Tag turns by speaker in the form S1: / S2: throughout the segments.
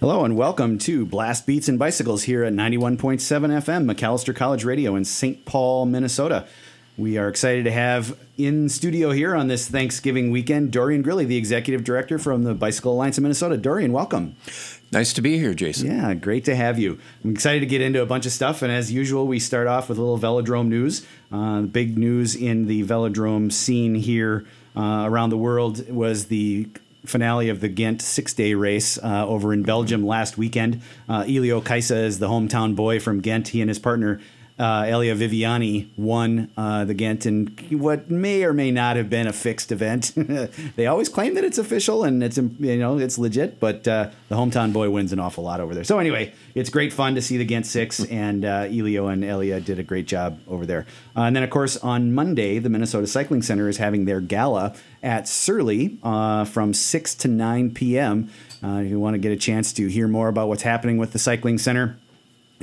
S1: Hello and welcome to Blast Beats and Bicycles here at 91.7 FM, McAllister College Radio in St. Paul, Minnesota. We are excited to have in studio here on this Thanksgiving weekend Dorian Grilly, the executive director from the Bicycle Alliance of Minnesota. Dorian, welcome.
S2: Nice to be here, Jason.
S1: Yeah, great to have you. I'm excited to get into a bunch of stuff, and as usual, we start off with a little velodrome news. Uh, big news in the velodrome scene here uh, around the world was the finale of the Ghent six-day race uh, over in Belgium last weekend. Uh, Elio Kaisa is the hometown boy from Ghent. He and his partner. Uh, Elia Viviani won uh, the Ghent in what may or may not have been a fixed event. they always claim that it's official and it's you know it's legit, but uh, the hometown boy wins an awful lot over there. So anyway, it's great fun to see the Ghent Six, and uh, Elio and Elia did a great job over there. Uh, and then of course on Monday, the Minnesota Cycling Center is having their gala at Surley uh, from six to nine p.m. Uh, if you want to get a chance to hear more about what's happening with the cycling center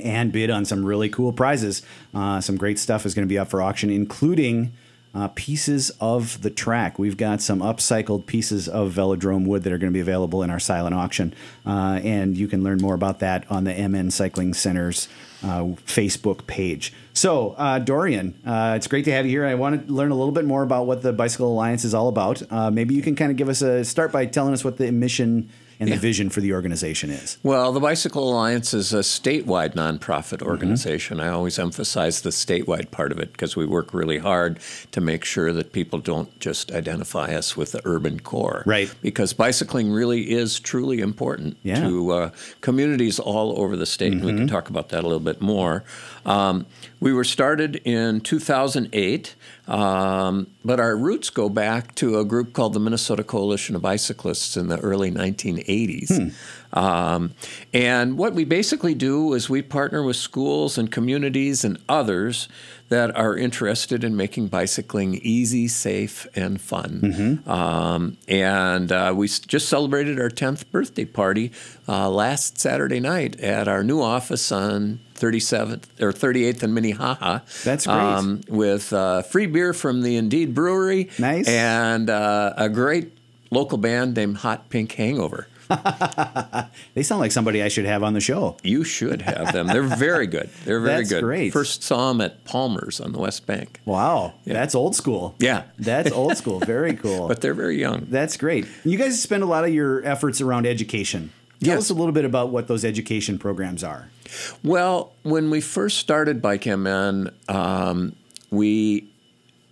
S1: and bid on some really cool prizes. Uh, some great stuff is going to be up for auction, including uh, pieces of the track. We've got some upcycled pieces of velodrome wood that are going to be available in our silent auction, uh, and you can learn more about that on the MN Cycling Center's uh, Facebook page. So, uh, Dorian, uh, it's great to have you here. I want to learn a little bit more about what the Bicycle Alliance is all about. Uh, maybe you can kind of give us a start by telling us what the mission and the vision for the organization is.
S2: Well, the Bicycle Alliance is a statewide nonprofit
S1: Mm-hmm.
S2: organization. I always emphasize the statewide part of it because we work really hard to make sure that people don't just identify us with the urban core.
S1: Right.
S2: Because bicycling really is truly important
S1: Yeah.
S2: to uh, communities all over the state. And we can talk about that a little bit more. Um, we were started in 2008, um, but our roots go back to a group called the Minnesota Coalition of Bicyclists in the early 1980s. Um, and what we basically do is we partner with schools and communities and others that are interested in making bicycling easy, safe, and fun.
S1: Mm-hmm.
S2: Um, and uh, we s- just celebrated our 10th birthday party uh, last Saturday night at our new office on 37th or 38th and Minnehaha.
S1: That's great.
S2: with uh, free beer from the Indeed Brewery.
S1: Nice.
S2: And uh, a great local band named Hot Pink Hangover.
S1: They sound like somebody I should have on the show.
S2: You should have them. They're very good. They're very
S1: That's
S2: good.
S1: great.
S2: First saw them at Palmer's on the West Bank.
S1: Wow, that's old school.
S2: Yeah.
S1: that's old school. Very cool.
S2: But they're very young.
S1: that's great. You guys spend a lot of your efforts around education. Tell
S2: Yes.
S1: us a little bit about what those education programs are.
S2: Well, when we first started Bike MN, um, we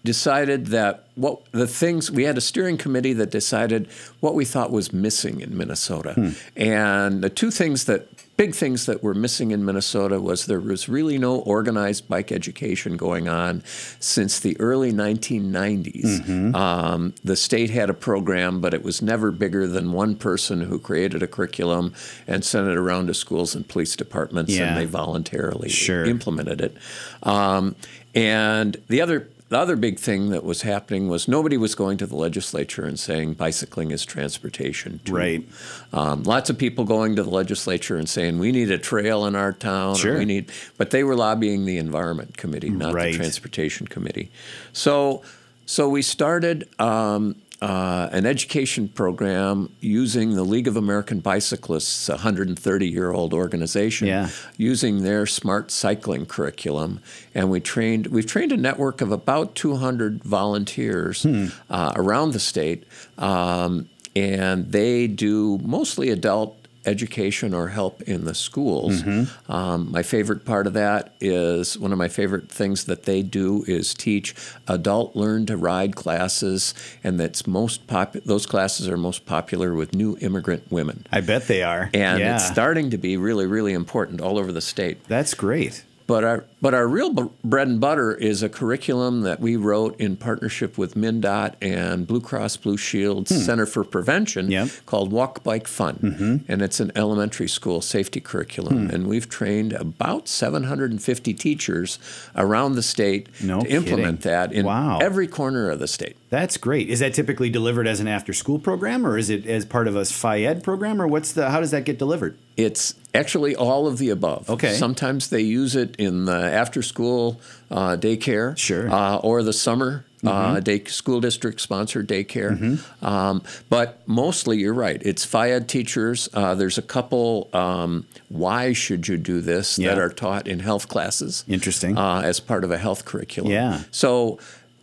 S2: decided that what the things we had a steering committee that decided what we thought was missing in Minnesota.
S1: Hmm.
S2: And the two things that big things that were missing in Minnesota was there was really no organized bike education going on since the early 1990s.
S1: Mm-hmm.
S2: Um, the state had a program, but it was never bigger than one person who created a curriculum and sent it around to schools and police departments,
S1: Yeah.
S2: and they voluntarily
S1: Sure.
S2: implemented it. Um, and the other the other big thing that was happening was nobody was going to the legislature and saying bicycling is transportation. Too.
S1: Right.
S2: Um, lots of people going to the legislature and saying we need a trail in our town. or
S1: Sure.
S2: we need, but they were lobbying the environment committee, not
S1: Right.
S2: the transportation committee. So, so we started. Um, uh, an education program using the League of American Bicyclists, a 130 year old organization,
S1: Yeah.
S2: using their smart cycling curriculum, and we trained. We've trained a network of about 200 volunteers uh, around the state, um, and they do mostly adult education or help in the schools. Um, my favorite part of that is one of my favorite things that they do is teach adult learn to ride classes, and that's most pop- Those classes are most popular with new immigrant women.
S1: I bet they are.
S2: And
S1: yeah.
S2: it's starting to be really, really important all over the state.
S1: that's great.
S2: But our but our real b- bread and butter is a curriculum that we wrote in partnership with MnDOT and Blue Cross Blue Shield Center for Prevention
S1: Hmm. Yep. Mm-hmm.
S2: called Walk Bike Fun, and it's an elementary school safety
S1: Hmm.
S2: curriculum. And we've trained about 750 teachers around the state
S1: No
S2: to implement
S1: kidding.
S2: that in
S1: Wow.
S2: every corner of the state.
S1: That's great. Is that typically delivered as an after-school program, or is it as part of a FIED program, or what's the? How does that get delivered?
S2: It's actually all of the above.
S1: Okay.
S2: Sometimes they use it in the after school uh, daycare.
S1: Sure. Mm-hmm.
S2: Uh, or the summer uh, day school district sponsored daycare. Um, but mostly, you're right. It's FIAD teachers. Uh, there's a couple. Um, why should you do this? That
S1: Yeah.
S2: are taught in health classes.
S1: Interesting.
S2: Uh, as part of a health curriculum.
S1: Yeah.
S2: So.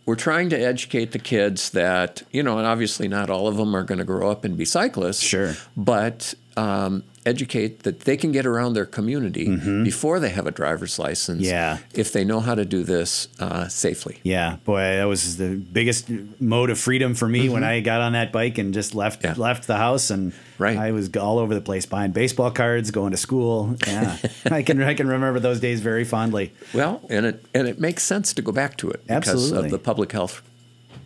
S2: We're trying to educate the kids that, you know, and obviously not all of them are going to grow up and be cyclists
S1: Sure.
S2: but um, educate that they can get around their community before they have a driver's license.
S1: Mm-hmm. Yeah.
S2: if they know how to do this uh, safely.
S1: Yeah, boy, that was the biggest mode of freedom for me when I got on that bike and just left
S2: Yeah.
S1: left the house and
S2: Right.
S1: I was all over the place buying baseball cards, going to school. Yeah, I can I can remember those days very fondly.
S2: Well, and it and it makes sense to go back to it because
S1: Absolutely.
S2: of the public health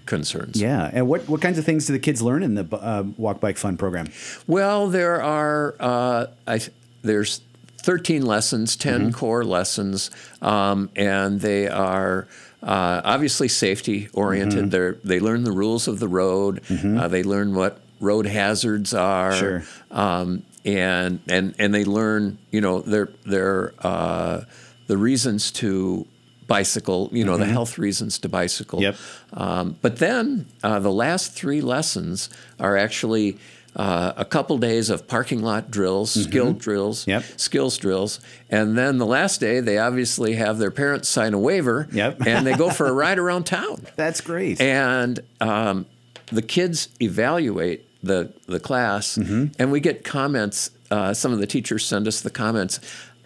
S2: concerns.
S1: Yeah, and what what kinds of things do the kids learn in the uh, walk bike fun program?
S2: Well, there are uh, I th- there's 13 lessons, 10
S1: Mm-hmm.
S2: core lessons, um, and they are uh, obviously safety
S1: Mm-hmm.
S2: oriented. They're They learn the rules of the road. Uh, they learn what road hazards are.
S1: Sure.
S2: Um, and and and they learn you know their their uh, the reasons to bicycle you know the health reasons to bicycle
S1: Mm-hmm. Yep.
S2: um, but then uh, the last three lessons are actually uh, a couple days of parking lot drills, skill drills,
S1: Mm-hmm. Yep.
S2: skills drills, and then the last day they obviously have their parents sign a waiver,
S1: Yep.
S2: and they go for a ride around town.
S1: That's great.
S2: And um, the kids evaluate the the class,
S1: Mm-hmm.
S2: and we get comments. Uh, some of the teachers send us the comments.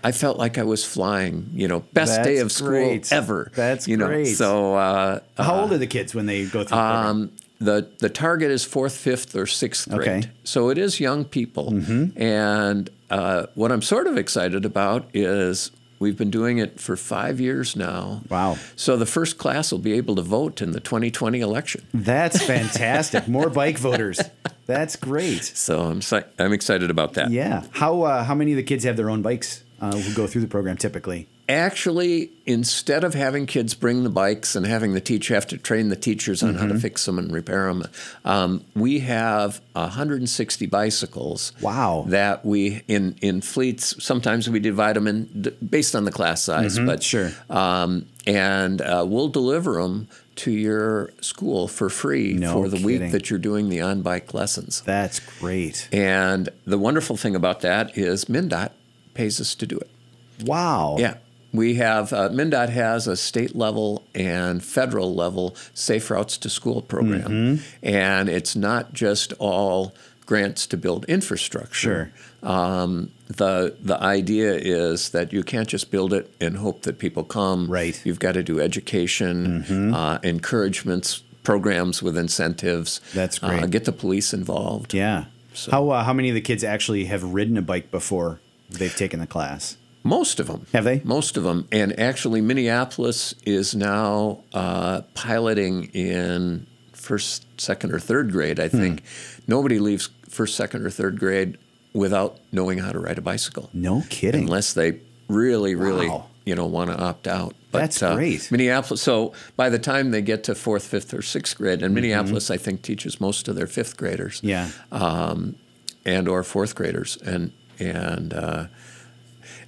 S2: I felt like I was flying. You know, best day
S1: That's
S2: of school
S1: great.
S2: ever.
S1: That's
S2: you know.
S1: great.
S2: So uh,
S1: How old are the kids when they go through? the program?
S2: um, the the target is fourth, fifth, or sixth grade.
S1: Okay. Mm-hmm.
S2: So it is young people. And uh, what I'm sort of excited about is we've been doing it for five years now.
S1: Wow.
S2: So the first class will be able to vote in the 2020 election.
S1: That's fantastic. More bike voters. That's great.
S2: So I'm si- I'm excited about that.
S1: Yeah. How uh, how many of the kids have their own bikes uh, who go through the program typically?
S2: Actually, instead of having kids bring the bikes and having the teacher have to train the teachers on how
S1: Mm-hmm.
S2: to fix them and repair them, um, we have 160 bicycles.
S1: Wow.
S2: That we in in fleets. Sometimes we divide them in d- based on the class size,
S1: Mm-hmm.
S2: but
S1: sure.
S2: Um, and uh, we'll deliver them to your school for free
S1: No
S2: for the
S1: kidding.
S2: week that you're doing the on bike lessons.
S1: That's great.
S2: And the wonderful thing about that is MnDOT pays us to do it.
S1: Wow.
S2: Yeah. We have, uh, MnDOT has a state level and federal level Safe Routes to School program.
S1: Mm-hmm.
S2: And it's not just all grants to build infrastructure. Sure. Um, the, the idea is that you can't just build it and hope that people come.
S1: Right. Mm-hmm.
S2: You've got to do education, uh, encouragements, programs with incentives.
S1: That's
S2: uh,
S1: great.
S2: get the police involved.
S1: Yeah. How uh, how many of the kids actually have ridden a bike before they've taken the class?
S2: Most of them.
S1: Have they?
S2: Most of them. And actually, Minneapolis is now uh, piloting in first, second, or third grade, I think.
S1: Hmm.
S2: Nobody leaves first, second, or third grade without knowing how to ride a bicycle.
S1: No kidding.
S2: Unless they really, really,
S1: Wow.
S2: you know, want to opt out. uh,
S1: That's great.
S2: Minneapolis. So by the time they get to fourth, fifth, or sixth grade,
S1: Mm-hmm.
S2: and Minneapolis, I think, teaches most of their fifth graders
S1: yeah.
S2: Uh, and or fourth graders and and uh,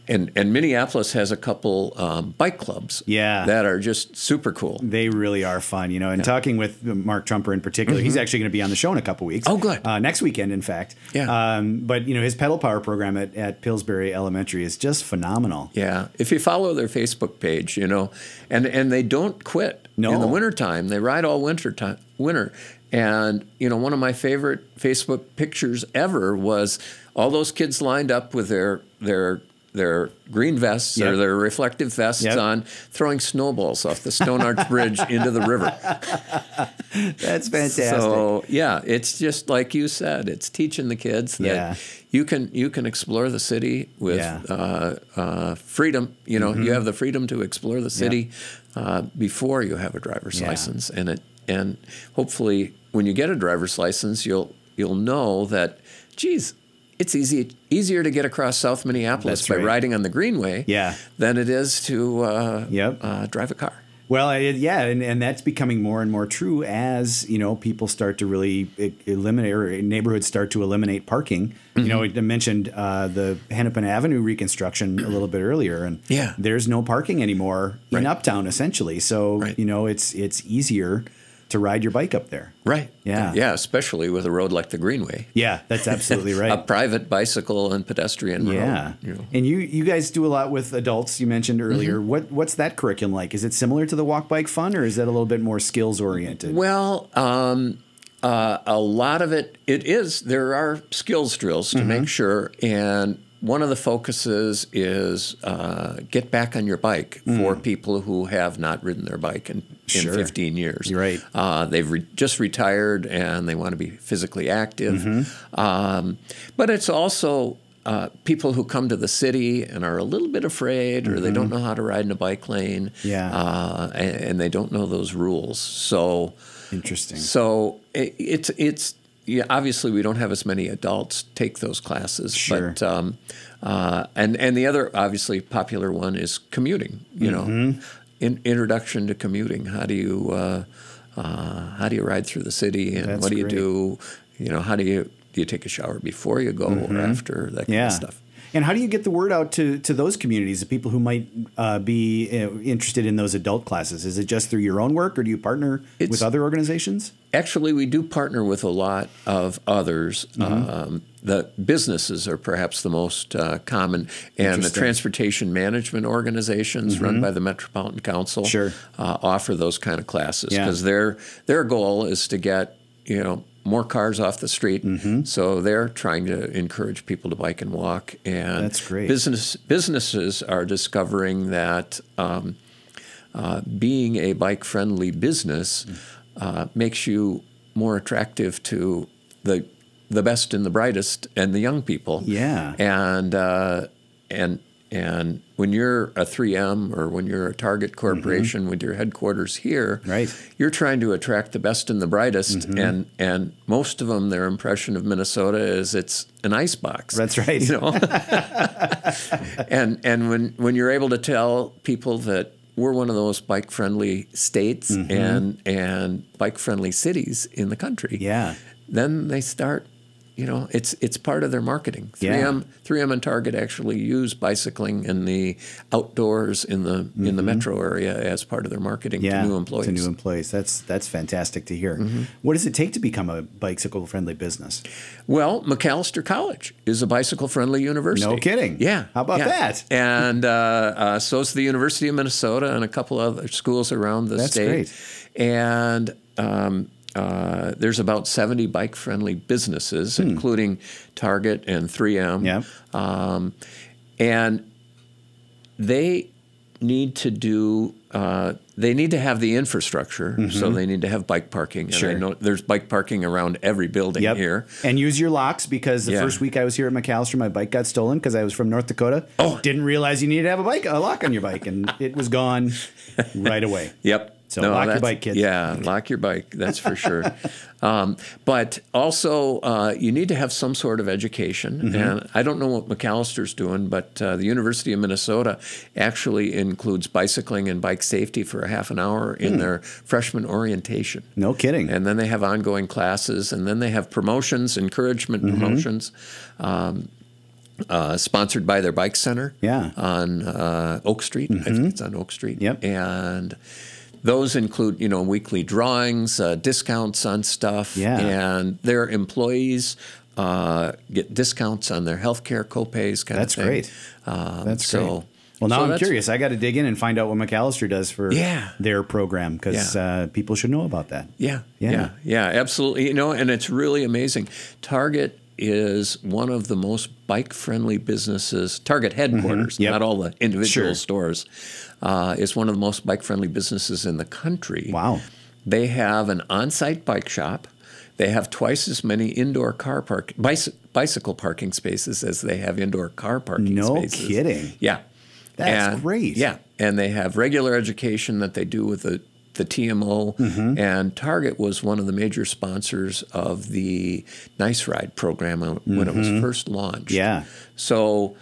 S2: and and Minneapolis has a couple um, bike clubs
S1: Yeah.
S2: that are just super cool.
S1: They really are fun, you know. And talking with Mark Trumper in particular, he's actually going to be on the show in a couple weeks.
S2: Mm-hmm. Oh, good.
S1: Uh, next weekend, in fact.
S2: Yeah.
S1: Um, but you know, his pedal power program at, at Pillsbury Elementary is just phenomenal.
S2: Yeah, if you follow their Facebook page, you know, and and they don't quit
S1: No.
S2: in the wintertime. They ride all winter time, winter. And you know, one of my favorite Facebook pictures ever was all those kids lined up with their their their green vests or
S1: Yep.
S2: their reflective vests
S1: Yep.
S2: on, throwing snowballs off the Stone Arch Bridge into the river.
S1: That's fantastic.
S2: So yeah, it's just like you said, it's teaching the kids that
S1: Yeah.
S2: you can you can explore the city with
S1: Yeah. Mm-hmm.
S2: uh, uh, freedom. You know, you have the freedom to explore the city uh, before you have a driver's
S1: Yeah.
S2: license, and it and hopefully when you get a driver's license, you'll you'll know that, geez. It's easy easier to get across South Minneapolis
S1: That's
S2: by
S1: right.
S2: riding on the Greenway
S1: Yeah.
S2: than it is to uh,
S1: Yep.
S2: uh, drive a car.
S1: Well, I- yeah, and, and that's becoming more and more true as you know people start to really e- eliminate or neighborhoods start to eliminate parking. You know,
S2: Mm-hmm.
S1: I mentioned uh, the Hennepin Avenue reconstruction a little bit earlier, and
S2: Yeah.
S1: there's no parking anymore in
S2: Right.
S1: Uptown essentially. So
S2: Right.
S1: you know, it's it's easier to ride your bike up there.
S2: Right.
S1: Yeah.
S2: Yeah, especially with a road like the Greenway.
S1: Yeah, that's absolutely right.
S2: A private bicycle and pedestrian
S1: yeah,
S2: road. you know. Mm-hmm.
S1: and you you guys do a lot with adults. You mentioned earlier. What what's that curriculum like? Is it similar to the Walk Bike Fun, or is that a little bit more skills oriented?
S2: Well, um, uh, a lot of it, it is, there are skills drills to
S1: Mm-hmm.
S2: make sure. And one of the focuses is uh, get back on your bike for people who have not ridden their bike in, in
S1: Mm. Sure.
S2: 15 years.
S1: You're right.
S2: Uh, they've re- just retired and they want to be physically active.
S1: Mm-hmm.
S2: Um, but it's also uh, people who come to the city and are a little bit afraid or they don't
S1: Mm-hmm.
S2: know how to ride in a bike lane.
S1: Yeah.
S2: Uh, a- and, they don't know those rules. So,
S1: Interesting.
S2: so i it's, it's, yeah, obviously, we don't have as many adults take those classes,
S1: Sure.
S2: but um, uh, and and the other obviously popular one is commuting. You
S1: Mm-hmm.
S2: know, in, introduction to commuting. How do you uh, uh, how do you ride through the city, and
S1: That's
S2: what do you
S1: great.
S2: do? You know, how do you do you take a shower before you go or after that kind
S1: Mm-hmm. yeah.
S2: of stuff?
S1: And how do you get the word out to, to those communities, the people who might uh, be uh, interested in those adult classes? Is it just through your own work, or do you partner with
S2: It's-
S1: other organizations?
S2: Actually, we do partner with a lot of others.
S1: Mm-hmm.
S2: Um, the businesses are perhaps the most uh, common, and the
S1: Interesting. Mm-hmm.
S2: transportation management organizations run by the Metropolitan Council
S1: Sure.
S2: uh, offer those kind of classes
S1: Yeah.
S2: because their their goal is to get you know more cars off the street.
S1: Mm-hmm.
S2: So they're trying to encourage people to bike and walk, and
S1: That's great.
S2: Business businesses are discovering that. Um, uh, being a bike friendly business uh, makes you more attractive to the the best and the brightest and the young people.
S1: Yeah.
S2: And uh, and and when you're a 3M or when you're a Target corporation with your headquarters here,
S1: Mm-hmm. Right. Mm-hmm.
S2: you're trying to attract the best and the brightest, and and most of them, their impression of Minnesota is it's an icebox.
S1: That's right.
S2: You know, and and when when you're able to tell people that we're one of those bike friendly states and and bike friendly cities in the country,
S1: Yeah.
S2: then they start. You know, it's it's part of their marketing. 3M, 3M and Target actually use bicycling and the outdoors in the in the metro area as part of their marketing
S1: Yeah.
S2: to new employees. Mm-hmm.
S1: To new employees. That's, that's fantastic to hear. What does it take to become a bicycle friendly business?
S2: Well, McAllister College is a bicycle friendly university.
S1: No kidding.
S2: Yeah.
S1: How about
S2: yeah.
S1: that?
S2: And uh, uh, so is the University of Minnesota and a couple other schools around the
S1: That's
S2: state.
S1: great.
S2: And um, uh, there's about 70 bike friendly businesses, including Target and 3M.
S1: Hmm. Yeah.
S2: Um, and they need to do. Uh, they need to have the infrastructure, so they need to have bike parking. And I
S1: Mm-hmm. Sure.
S2: know there's bike parking around every building
S1: Yep.
S2: here.
S1: And use your locks because the
S2: Yeah.
S1: first week I was here at McAllister, my bike got stolen because I was from North Dakota.
S2: Oh.
S1: Didn't realize you needed to have a bike, a lock on your bike, and it was gone right away.
S2: Yep.
S1: So lock your
S2: that's-
S1: bike, kids.
S2: Yeah, lock your bike. That's for sure. Um, but also, uh, you need to have some sort of education.
S1: Mm-hmm.
S2: And I don't know what McAllister's doing, but uh, the University of Minnesota actually includes bicycling and bike safety for a half an hour
S1: Hmm.
S2: in their freshman orientation.
S1: No kidding.
S2: And then they have ongoing classes, and then they have promotions, encouragement
S1: Mm-hmm.
S2: promotions, um, uh, sponsored by their bike center.
S1: Yeah. Mm-hmm.
S2: On uh, Oak Street, I think it's on Oak Street.
S1: Yep.
S2: And those include, you know, weekly drawings, uh, discounts on stuff,
S1: Yeah.
S2: and their employees. Uh, get discounts on their healthcare copays. Kind
S1: That's
S2: of thing.
S1: great.
S2: Um,
S1: That's
S2: so,
S1: great. Well, now
S2: so
S1: I'm
S2: that's-
S1: curious. I got to dig in and find out what McAllister does for
S2: Yeah.
S1: their program because
S2: Yeah.
S1: uh, people should know about that.
S2: Yeah,
S1: Yeah.
S2: yeah, yeah, absolutely. You know, and it's really amazing. Target is one of the most bike-friendly businesses. Target headquarters,
S1: Mm-hmm. Yep.
S2: not all the individual
S1: Sure.
S2: stores, uh, is one of the most bike-friendly businesses in the country.
S1: Wow.
S2: They have an on-site bike shop. They have twice as many indoor car park bicy- bicycle parking spaces as they have indoor car parking
S1: No
S2: spaces.
S1: kidding.
S2: Yeah.
S1: That's
S2: And-
S1: great.
S2: Yeah. And they have regular education that they do with the, the TMO.
S1: Mm-hmm.
S2: And Target was one of the major sponsors of the Nice Ride program when when it was
S1: Mm-hmm.
S2: first launched.
S1: Yeah.
S2: So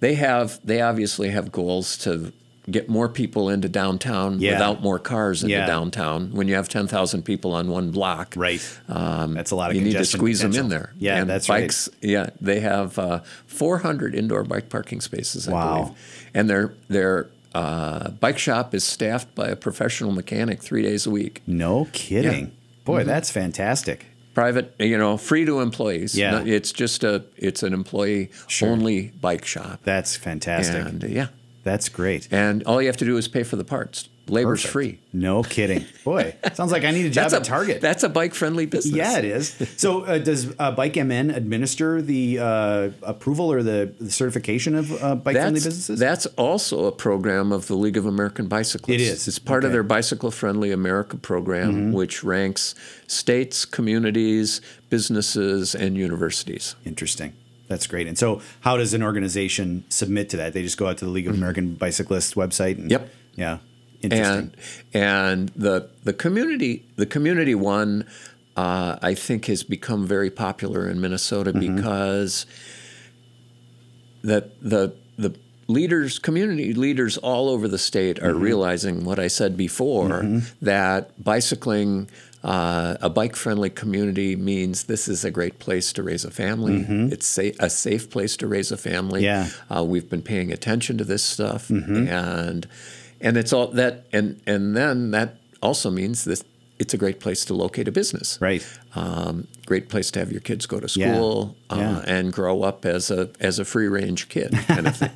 S2: they have they obviously have goals to get more people into downtown
S1: Yeah.
S2: without more cars into
S1: Yeah.
S2: downtown. When you have 10,000 people on one block,
S1: Right.
S2: um,
S1: That's a lot of
S2: you need to
S1: congestion
S2: squeeze them in
S1: potential.
S2: there.
S1: Yeah,
S2: and
S1: that's right.
S2: bikes, right. Yeah, they have uh, 400 indoor bike parking spaces. I
S1: Wow.
S2: believe. And their their uh, bike shop is staffed by a professional mechanic three days a week.
S1: No kidding. Boy,
S2: Mm-hmm.
S1: that's fantastic.
S2: Private, you know, free to employees.
S1: Yeah.
S2: No, it's just a it's an employee only bike shop.
S1: That's fantastic.
S2: and uh, yeah,
S1: That's great.
S2: and all you have to do is pay for the parts. Labor's
S1: Perfect.
S2: free.
S1: No kidding. Boy, sounds like I need a job
S2: a
S1: at Target.
S2: That's a bike friendly business.
S1: yeah, it is. So, uh, does uh, Bike MN administer the uh, approval or the, the certification of uh, bike-friendly
S2: That's,
S1: businesses?
S2: that's also a program of the League of American Bicyclists.
S1: It is.
S2: It's part of
S1: Okay. Mm-hmm.
S2: their Bicycle Friendly America program, which ranks states, communities, businesses, and universities.
S1: Interesting. That's great. And so, how does an organization submit to that? They just go out to the League of American Bicyclists website. And,
S2: Mm-hmm. Yep.
S1: Yeah. Interesting.
S2: And and the the community the community one, uh, I think, has become very popular in Minnesota
S1: Mm-hmm.
S2: because that the the leaders community leaders all over the state
S1: Mm-hmm.
S2: are realizing what I said before that bicycling uh, a bike friendly community means this is a great place to raise a family it's sa- a safe place to raise a family
S1: Mm-hmm. Yeah.
S2: uh, we've been paying attention to this stuff
S1: Mm-hmm.
S2: and and it's all that and and then that also means this it's a great place to locate a business
S1: right.
S2: um, great place to have your kids go to
S1: Yeah.
S2: school
S1: Yeah.
S2: Uh, and grow up as a as a free range kid kind of thing.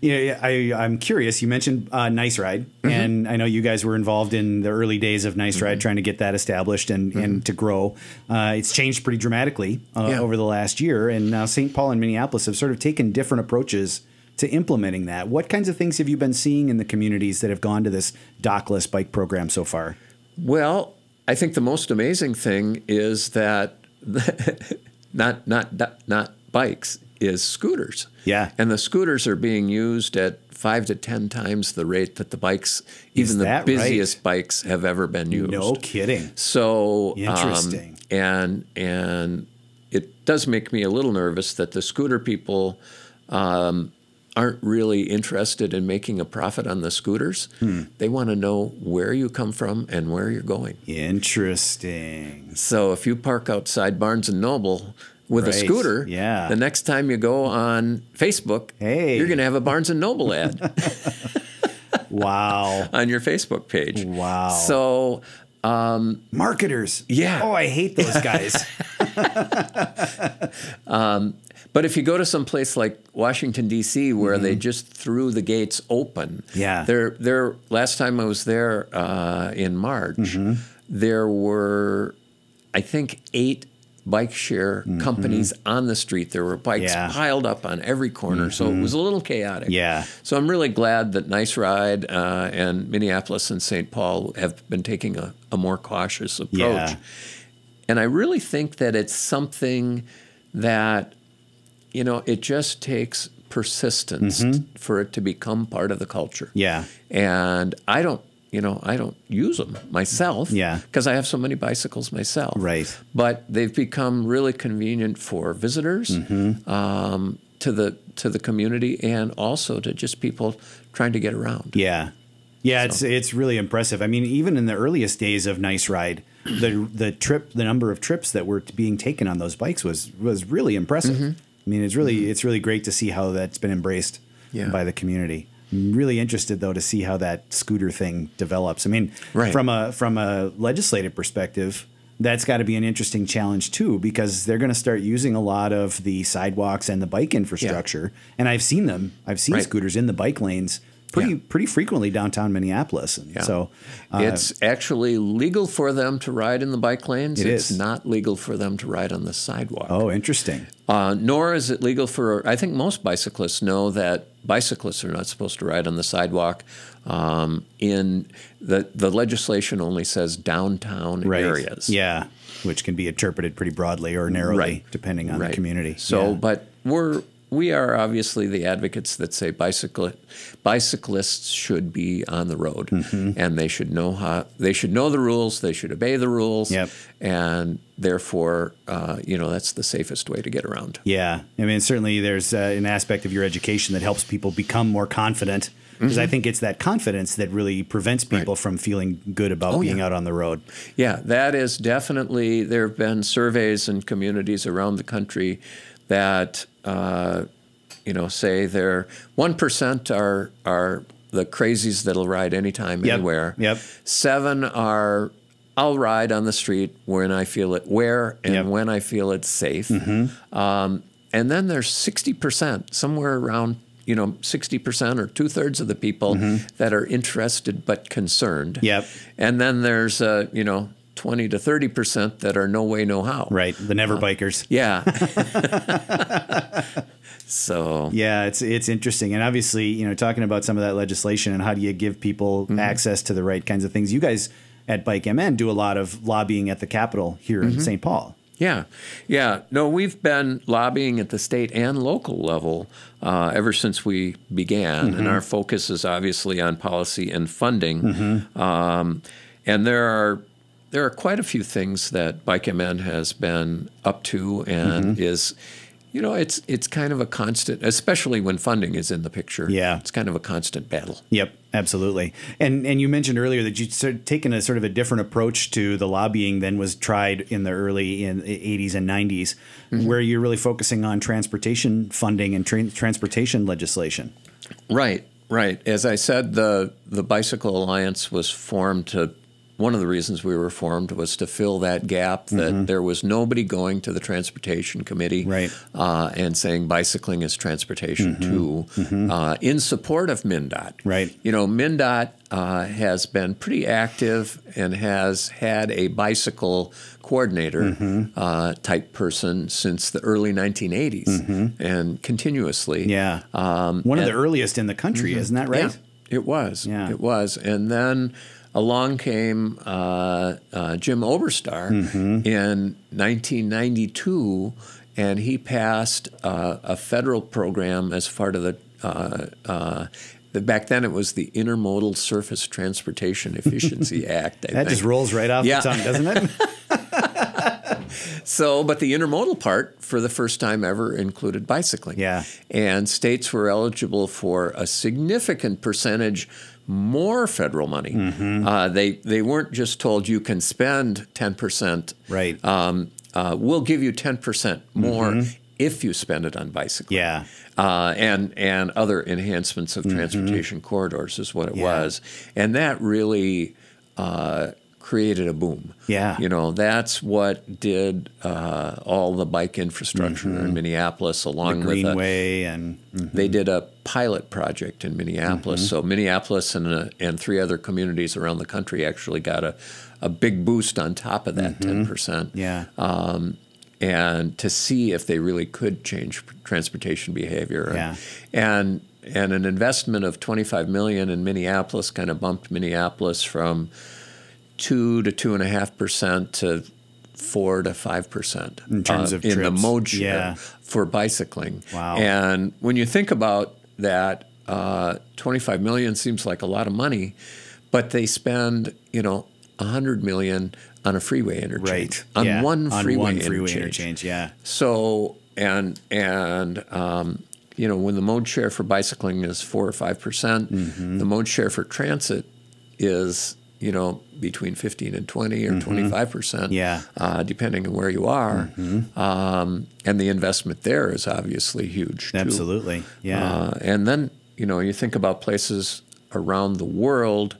S1: You know, I, I'm curious. You mentioned uh, Nice Ride,
S2: Mm-hmm.
S1: and I know you guys were involved in the early days of Nice Ride, trying to get that established and, and to grow. Uh, it's changed pretty dramatically uh,
S2: Mm-hmm. Yeah.
S1: over the last year, and now St. Paul and Minneapolis have sort of taken different approaches to implementing that. What kinds of things have you been seeing in the communities that have gone to this dockless bike program so far?
S2: well, I think the most amazing thing is that not not not bikes is scooters.
S1: Yeah.
S2: and the scooters are being used at five to ten times the rate that the bikes, even the
S1: that right?
S2: busiest bikes, have ever been used.
S1: No kidding.
S2: So um,
S1: Interesting.
S2: and and it does make me a little nervous that the scooter people um, aren't really interested in making a profit on the scooters.
S1: Hmm.
S2: They want to know where you come from and where you're going.
S1: Interesting.
S2: So if you park outside Barnes and Noble with a
S1: Right.
S2: scooter,
S1: Yeah.
S2: the next time you go on Facebook,
S1: Hey.
S2: you're going to have a Barnes and Noble ad
S1: Wow.
S2: on your Facebook page.
S1: Wow.
S2: So
S1: Marketers.
S2: Yeah.
S1: Oh, I hate those guys.
S2: But if you go to some place like Washington D.C., where they just threw the gates open,
S1: Mm-hmm. Yeah.
S2: There, there. Last time I was there uh, in March,
S1: Mm-hmm.
S2: there were, I think, eight bike share companies on the street. There were bikes
S1: Mm-hmm. Yeah. Mm-hmm.
S2: piled up on every corner, so it was a little chaotic.
S1: Yeah.
S2: So I'm really glad that Nice Ride uh, and Minneapolis and St. Paul have been taking a, a more cautious approach.
S1: Yeah.
S2: And I really think that it's something that, you know, it just takes persistence for it to become part of the culture.
S1: Yeah.
S2: And I don't, you know, I don't use them myself.
S1: Yeah.
S2: Because I have so many bicycles myself.
S1: Right.
S2: But they've become really convenient for visitors.
S1: Mm-hmm.
S2: Um, to the to the community and also to just people trying to get around.
S1: Yeah. Yeah, it's it's really impressive. I mean, even in the earliest days of Nice Ride, the the trip, the number of trips that were being taken on those bikes was was really impressive.
S2: Mm-hmm.
S1: I mean, it's really it's really great to see how that's been embraced
S2: Yeah.
S1: by the community. I'm really interested though to see how that scooter thing develops. I mean,
S2: Right.
S1: from a from a legislative perspective, that's got to be an interesting challenge too because they're going to start using a lot of the sidewalks and the bike infrastructure. And I've seen them. I've seen
S2: Right.
S1: scooters in the bike lanes pretty
S2: Yeah.
S1: pretty frequently downtown Minneapolis. And So uh,
S2: it's actually legal for them to ride in the bike lanes.
S1: It
S2: it's
S1: is.
S2: not legal for them to ride on the sidewalk.
S1: oh, interesting.
S2: Uh, nor is it legal for, I think most bicyclists know that bicyclists are not supposed to ride on the sidewalk. Um, in the, the legislation only says downtown areas.
S1: Yeah, which can be interpreted pretty broadly or narrowly
S2: Right.
S1: depending on the community.
S2: So,
S1: Yeah.
S2: but we're we are obviously the advocates that say bicycle bicyclists should be on the road
S1: Mm-hmm.
S2: and they should know how they should know the rules, they should obey the rules,
S1: Yep.
S2: and therefore, uh, you know, that's the safest way to get around.
S1: Yeah, I mean, certainly there's uh, an aspect of your education that helps people become more confident because
S2: Mm-hmm.
S1: I think it's that confidence that really prevents people from feeling good about
S2: Oh,
S1: being out on the road.
S2: Yeah, that is definitely. There have been surveys in communities around the country that uh, you know say they're one percent are are the crazies that'll ride anytime,
S1: Yep,
S2: anywhere.
S1: yep.
S2: Seven are I'll ride on the street when I feel it, where and
S1: Yep. Mm-hmm.
S2: when I feel it's safe. Um, and then there's sixty percent, somewhere around. You know, 60% or two thirds of the people
S1: Mm-hmm.
S2: that are interested but concerned.
S1: Yep.
S2: And then there's, uh, you know, 20 to 30% that are no way, no how.
S1: Right, the
S2: Uh,
S1: never bikers.
S2: Yeah. so,
S1: Yeah, it's it's interesting, and obviously, you know, talking about some of that legislation and how do you give people
S2: Mm-hmm.
S1: access to the right kinds of things. You guys at Bike MN do a lot of lobbying at the Capitol here
S2: Mm-hmm.
S1: in St. Paul.
S2: yeah. Yeah. No, we've been lobbying at the state and local level uh, ever since we began. And our focus is obviously on policy and funding. Um, and there are there are quite a few things that Bike MN has been up to and is, you know, it's it's kind of a constant, especially when funding is in the picture.
S1: Yeah.
S2: it's kind of a constant battle.
S1: Yep, absolutely. And and you mentioned earlier that you'd sort of taken a sort of a different approach to the lobbying than was tried in the early in 80s and 90s,
S2: Mm-hmm.
S1: where you're really focusing on transportation funding and tran transportation legislation.
S2: Right, right. As I said, the the Bicycle Alliance was formed to one of the reasons we were formed was to fill that gap that there was nobody going to the transportation committee
S1: Mm-hmm. Right. Mm-hmm.
S2: uh, and saying bicycling is transportation too Uh, in support of MnDOT.
S1: Right.
S2: You know, MnDOT uh, has been pretty active and has had a bicycle coordinator
S1: Mm-hmm.
S2: uh, type person since the early 1980s and continuously.
S1: Mm-hmm.
S2: Um,
S1: Yeah, one of the earliest in the country, isn't that right?
S2: Uh, Mm-hmm. Yeah, it was.
S1: Yeah.
S2: It was. And then along came uh, uh, Jim Oberstar
S1: Mm-hmm.
S2: in 1992, and he passed uh, a federal program as part of the. Uh, uh, the- Back then, it was the Intermodal Surface Transportation Efficiency Act.
S1: That
S2: I think.
S1: just rolls right off
S2: Yeah.
S1: the tongue, doesn't it?
S2: So, but the intermodal part for the first time ever included bicycling.
S1: Yeah.
S2: And states were eligible for a significant percentage more federal money.
S1: Mm-hmm.
S2: Uh, they they weren't just told you can spend 10%.
S1: Right.
S2: Um, uh, we'll give you 10% more if you spend it on bicycling.
S1: Mm-hmm. yeah,
S2: Uh, and and other enhancements of
S1: Mm-hmm.
S2: transportation corridors is what it was, and that really uh, created a boom.
S1: Yeah.
S2: you know that's what did uh, all the bike infrastructure in Minneapolis, along with a-
S1: Mm-hmm. Greenway Mm-hmm. and
S2: they did a pilot project in Minneapolis.
S1: Mm-hmm.
S2: So Minneapolis and uh, and three other communities around the country actually got a a big boost on top of that
S1: Mm-hmm.
S2: 10 percent
S1: yeah,
S2: and to see if they really could change transportation behavior.
S1: Yeah.
S2: And and an investment of 25 million in Minneapolis kind of bumped Minneapolis from two to two and a half percent to four to five percent in
S1: terms of
S2: in the
S1: trips.
S2: mode share
S1: Yeah.
S2: for bicycling.
S1: Wow.
S2: And when you think about that, uh, 25 million seems like a lot of money, but they spend you know 100 million on a freeway interchange
S1: right.
S2: on
S1: yeah.
S2: one
S1: on
S2: freeway,
S1: one freeway interchange.
S2: interchange.
S1: Yeah,
S2: So and and um, you know when the mode share for bicycling is four or five percent,
S1: Mm-hmm.
S2: the mode share for transit is you know between fifteen and twenty or twenty five percent,
S1: Mm-hmm. Yeah. Mm-hmm.
S2: uh, depending on where you are. Um, and the investment there is obviously huge. too.
S1: absolutely. Yeah,
S2: Uh, and then, you know, you think about places around the world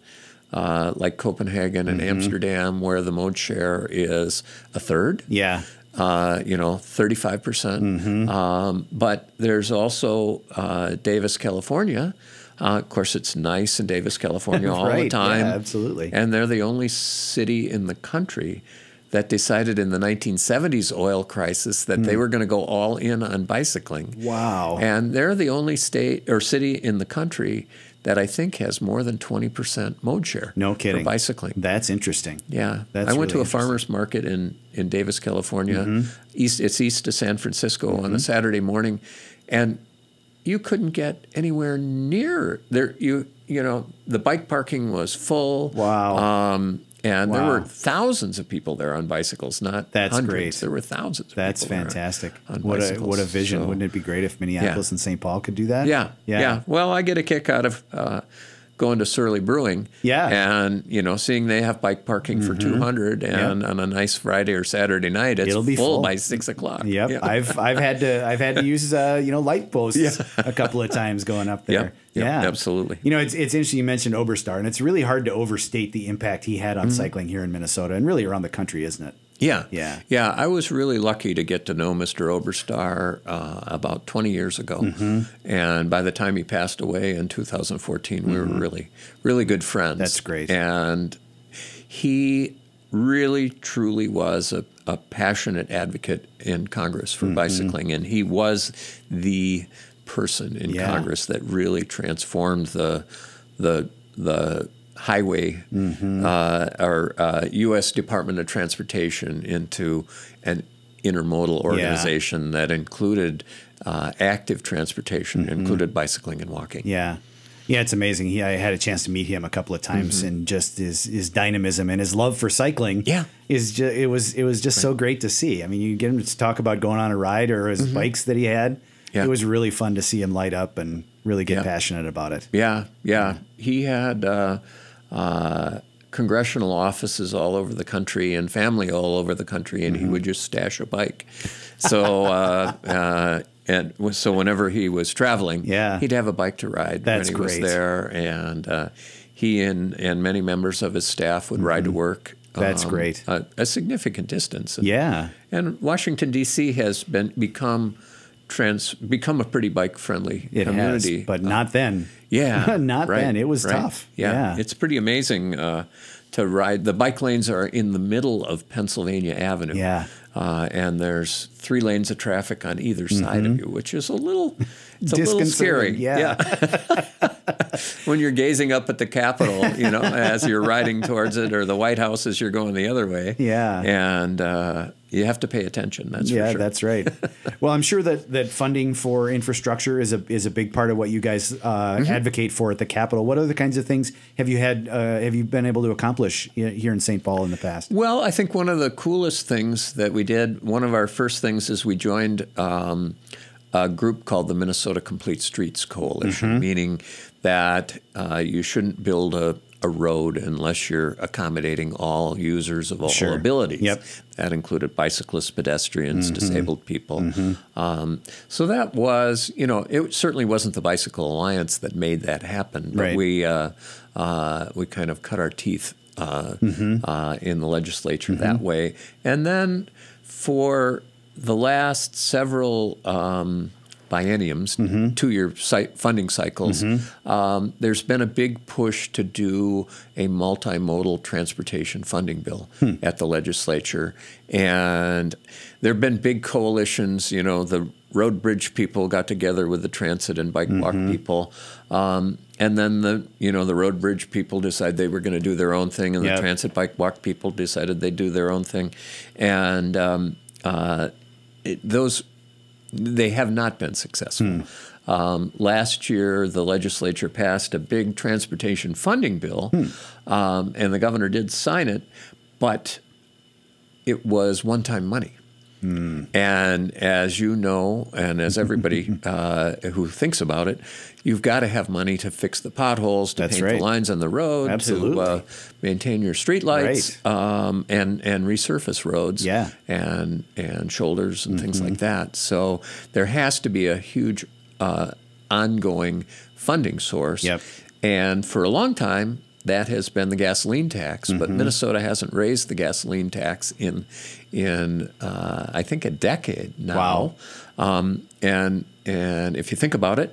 S2: uh, like Copenhagen
S1: Mm-hmm.
S2: and Amsterdam where the mode share is a third.
S1: yeah,
S2: Uh, you know, 35%. percent
S1: Mm-hmm.
S2: Um, but there's also uh, Davis, California. Uh, of course, it's nice in Davis, California all
S1: Right,
S2: the
S1: yeah,
S2: time.
S1: absolutely.
S2: And they're the only city in the country that decided in the 1970s oil crisis that they were going to go all in on bicycling.
S1: Mm. Wow.
S2: And they're the only state or city in the country that I think has more than 20% mode share.
S1: No kidding.
S2: For bicycling.
S1: That's interesting.
S2: Yeah,
S1: That's
S2: I went to
S1: really Mm-hmm.
S2: a farmers market in in Davis, California. East, it's east of San Francisco on a Saturday morning, and you couldn't get anywhere near there. You you know the bike parking was full.
S1: Wow.
S2: Um, and there
S1: Wow.
S2: were thousands of people there on bicycles, not
S1: That's
S2: hundreds.
S1: great.
S2: There were thousands. Of
S1: That's
S2: people there
S1: fantastic.
S2: on
S1: What a
S2: bicycles.
S1: what a vision!
S2: So-
S1: Wouldn't it be great if Minneapolis and St. Paul could do that?
S2: yeah, yeah, Well, I get a kick out of uh, going to Surly Brewing.
S1: Yeah. Mm-hmm.
S2: and you know, seeing they have bike parking for two hundred, and on a nice Friday or Saturday night, it's
S1: It'll be full.
S2: by six o'clock.
S1: Yep,
S2: Yeah.
S1: I've I've had to I've had to use uh, you know light posts a couple of times going up there.
S2: Yep, yep,
S1: yeah,
S2: absolutely.
S1: You know, it's it's interesting you mentioned Oberstar, and it's really hard to overstate the impact he had
S2: Mm-hmm.
S1: on cycling here in Minnesota and really around the country, isn't it?
S2: Yeah.
S1: Yeah.
S2: Yeah. I was really lucky to get to know Mr. Oberstar uh, about 20 years ago.
S1: Mm-hmm.
S2: And by the time he passed away in 2014, we were really, really good friends.
S1: Mm-hmm. That's great.
S2: And he really, truly was a, a passionate advocate in Congress
S1: Mm-hmm.
S2: for bicycling. And he was the person in
S1: Yeah.
S2: Congress that really transformed the, the, the, highway uh, or uh, U.S. Department of Transportation into an intermodal organization that included uh, active transportation, included bicycling and walking.
S1: Yeah. Yeah, it's amazing. He, I had a chance to meet him a couple of times, and just his his dynamism and his love for cycling.
S2: Mm-hmm. Yeah.
S1: is ju- it was it was just so great to see. I mean, you get him to talk about going on a ride or his bikes that he had.
S2: Mm-hmm. Yeah.
S1: It was really fun to see him light up and really get
S2: Yeah.
S1: passionate about it.
S2: Yeah, yeah. He had uh, uh, congressional offices all over the country and family all over the country, and
S1: Mm-hmm.
S2: he would just stash a bike. So, uh, uh, and w- so whenever he was traveling,
S1: Yeah.
S2: he'd have a bike to ride
S1: That's
S2: when he
S1: great.
S2: was there, and uh, he and and many members of his staff would ride to work.
S1: Mm-hmm.
S2: um,
S1: That's great.
S2: A, a significant distance. And-
S1: Yeah,
S2: and Washington D.C. has been become trans become a pretty bike friendly
S1: it
S2: community, Uh,
S1: has, but not then.
S2: yeah,
S1: Not
S2: right,
S1: then. It was
S2: right.
S1: tough.
S2: Yeah.
S1: Yeah.
S2: it's pretty amazing uh, to ride. The bike lanes are in the middle of Pennsylvania Avenue.
S1: Yeah.
S2: uh, and there's three lanes of traffic on either side of you, which is a little, it's a little
S1: Mm-hmm. Disconcerting,
S2: scary.
S1: yeah.
S2: when you're gazing up at the Capitol, you know, as you're riding towards it, or the White House as you're going the other way.
S1: Yeah.
S2: and uh, you have to pay attention. That's
S1: yeah,
S2: for sure.
S1: that's right. well, I'm sure that that funding for infrastructure is a is a big part of what you guys uh,
S2: Mm-hmm.
S1: advocate for at the Capitol. What other kinds of things have you had? Uh, have you been able to accomplish he- here in St. Paul in the past?
S2: Well, I think one of the coolest things that we did, one of our first things is we joined um, a group called the Minnesota Complete Streets Coalition,
S1: Mm-hmm.
S2: meaning that uh, you shouldn't build a, a road unless you're accommodating all users of all
S1: Sure.
S2: abilities.
S1: Yep. Mm-hmm.
S2: That included bicyclists, pedestrians, disabled people. Um, so that was, you know, it certainly wasn't the Bicycle Alliance that made that happen, but
S1: Right.
S2: we we uh, uh, we kind of cut our teeth uh, uh, in the legislature that way, and then for the last several um, bienniums, two-year cy- funding cycles, um, there's been a big push to do a multimodal transportation funding bill at the legislature, and there have been big coalitions. You know, the road bridge people got together with the transit and bike walk people. Um, and then the you know the road bridge people decide they were going to do their own thing, and
S1: Yep.
S2: the transit bike walk people decided they would do their own thing, and um, uh, it, those they have not been successful.
S1: Hmm.
S2: Um, last year, the legislature passed a big transportation funding bill,
S1: Hmm.
S2: um, and the governor did sign it, but it was one-time money.
S1: Hmm.
S2: And as you know, and as everybody uh, who thinks about it, you've got to have money to fix the potholes, to
S1: That's
S2: paint
S1: right.
S2: the lines on the road,
S1: Absolutely.
S2: to uh, maintain your streetlights, um, and and resurface roads,
S1: Yeah.
S2: and and shoulders and things
S1: Mm-hmm.
S2: like that. So there has to be a huge uh, ongoing funding source.
S1: Yep.
S2: And for a long time, that has been the gasoline tax, but
S1: Mm-hmm.
S2: Minnesota hasn't raised the gasoline tax in in uh, I think a decade now. Wow. Um, and and if you think about it,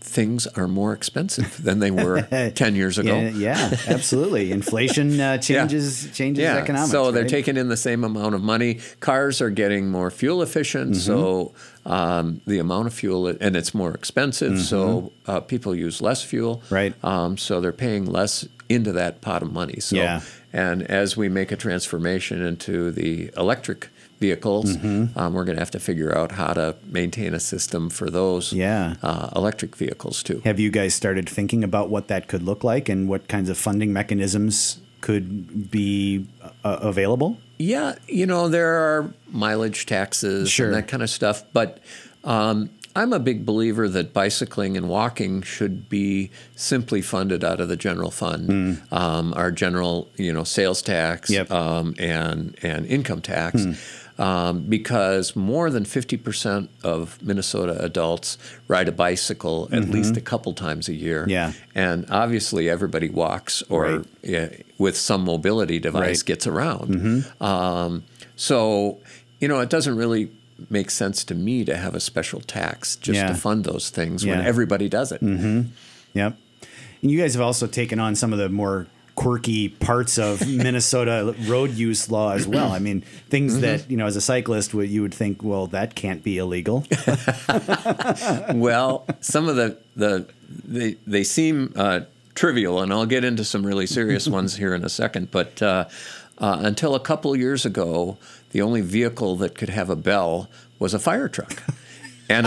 S2: things are more expensive than they were ten years ago.
S1: Yeah, yeah, absolutely. Inflation uh, changes changes economics.
S2: So they're
S1: right?
S2: taking in the same amount of money. Cars are getting more fuel efficient,
S1: Mm-hmm.
S2: so um, the amount of fuel and it's more expensive. So uh, people use less fuel,
S1: Mm-hmm. Right.
S2: Um, so they're paying less into that pot of money. So
S1: Yeah.
S2: and as we make a transformation into the electric vehicles,
S1: Mm-hmm.
S2: um, we're going to have to figure out how to maintain a system for those
S1: Yeah.
S2: uh, electric vehicles too.
S1: Have you guys started thinking about what that could look like and what kinds of funding mechanisms could be uh, available?
S2: Yeah, you know, there are mileage taxes
S1: Sure.
S2: and that kind of stuff, but um, I'm a big believer that bicycling and walking should be simply funded out of the general fund, um, our general, you know, sales tax
S1: Hmm. Yep. Hmm.
S2: um, and and income tax. Um, because more than 50% of Minnesota adults ride a bicycle at least a couple times a year.
S1: Mm-hmm. Yeah.
S2: And obviously, everybody walks or yeah, with some mobility device
S1: Right. Mm-hmm.
S2: gets around. Um, so, you know, it doesn't really make sense to me to have a special tax just
S1: Yeah.
S2: to fund those things
S1: Yeah.
S2: when everybody does it.
S1: Yep. And you guys have also taken on some of the more quirky parts of Minnesota road use law as well. I mean, things
S2: Mm-hmm.
S1: that, you know, as a cyclist, what you would think, well, that can't be illegal.
S2: well, some of the the they they seem uh, trivial, and I'll get into some really serious ones here in a second. But uh, uh, until a couple years ago, the only vehicle that could have a bell was a fire truck. And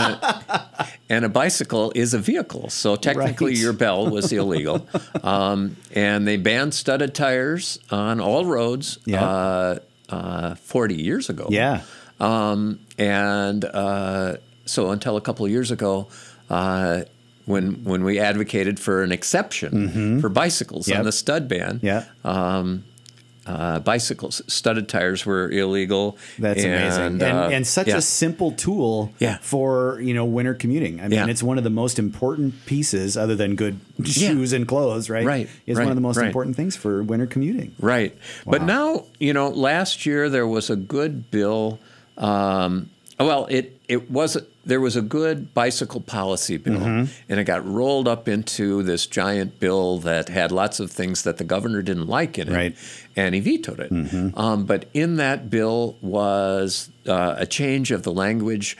S2: a, and a bicycle is a vehicle, so technically
S1: Right.
S2: your bell was illegal. Um, and they banned studded tires on all roads
S1: Yeah.
S2: uh, uh, 40 years ago.
S1: yeah.
S2: Um, and uh, so until a couple of years ago, uh, when when we advocated for an exception for bicycles
S1: Mm-hmm. Yep.
S2: on the stud ban,
S1: Yeah.
S2: uh, bicycles studded tires were illegal.
S1: That's amazing. And,
S2: uh,
S1: and such
S2: yeah.
S1: a simple tool
S2: Yeah.
S1: for, you know, winter commuting. I mean,
S2: Yeah.
S1: it's one of the most important pieces other than good shoes and clothes, right?
S2: Right,
S1: Is
S2: right,
S1: one of the most
S2: right.
S1: important things for winter commuting.
S2: Right. But now, you know, last year there was a good bill. Um, well, it it was there was a good bicycle policy bill, and it got rolled up into this giant bill that had lots of things that the governor didn't like in it,
S1: Right.
S2: and he vetoed it. Um, but in that bill was uh, a change of the language.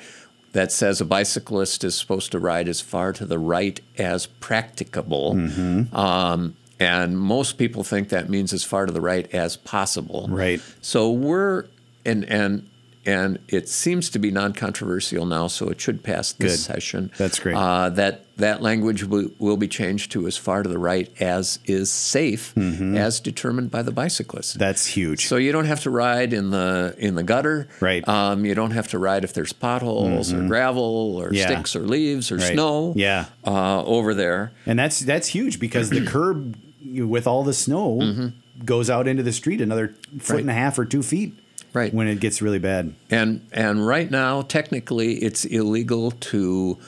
S2: That says a bicyclist is supposed to ride as far to the right as practicable, um, and most people think that means as far to the right as possible.
S1: Right.
S2: So we're and and and it seems to be non-controversial now, so it should pass this
S1: Good.
S2: session.
S1: That's great.
S2: Uh, that that language will, will be changed to as far to the right as is safe,
S1: Mm-hmm.
S2: as determined by the bicyclist.
S1: That's huge.
S2: So you don't have to ride in the in the gutter,
S1: Right. Mm-hmm.
S2: Um, you don't have to ride if there's potholes or gravel or
S1: Yeah.
S2: sticks or leaves or
S1: Right.
S2: snow,
S1: Yeah.
S2: uh, over there.
S1: And that's that's huge because the curb you- with all the snow
S2: Mm-hmm.
S1: goes out into the street another foot and a half or two feet.
S2: Right.
S1: When it gets really bad.
S2: And and right now, technically, it's illegal to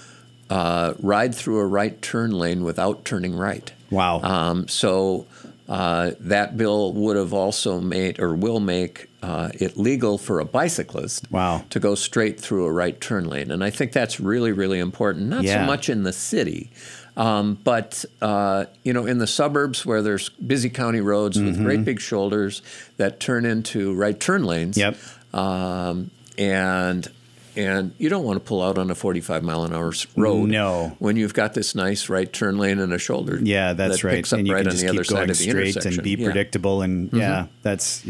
S2: uh, ride through a right turn lane without turning right.
S1: Wow.
S2: Um, so uh, that bill would have also made or will make uh, it legal for a bicyclist
S1: Wow.
S2: to go straight through a right turn lane. And I think that's really really important. Not
S1: Yeah.
S2: so much in the city. Um, but uh, you know, in the suburbs where there's busy county roads
S1: Mm-hmm.
S2: with great big shoulders that turn into right turn lanes,
S1: Yep.
S2: um, and and you don't want to pull out on a 45 mile an hour s- road.
S1: No.
S2: when you've got this nice right turn lane and a shoulder.
S1: Yeah, that's
S2: that
S1: right.
S2: Picks up
S1: and you
S2: right
S1: can
S2: on
S1: just
S2: the other
S1: keep
S2: side
S1: going
S2: of the
S1: straight
S2: intersection.
S1: and be
S2: Yeah. Mm-hmm.
S1: predictable. And yeah, that's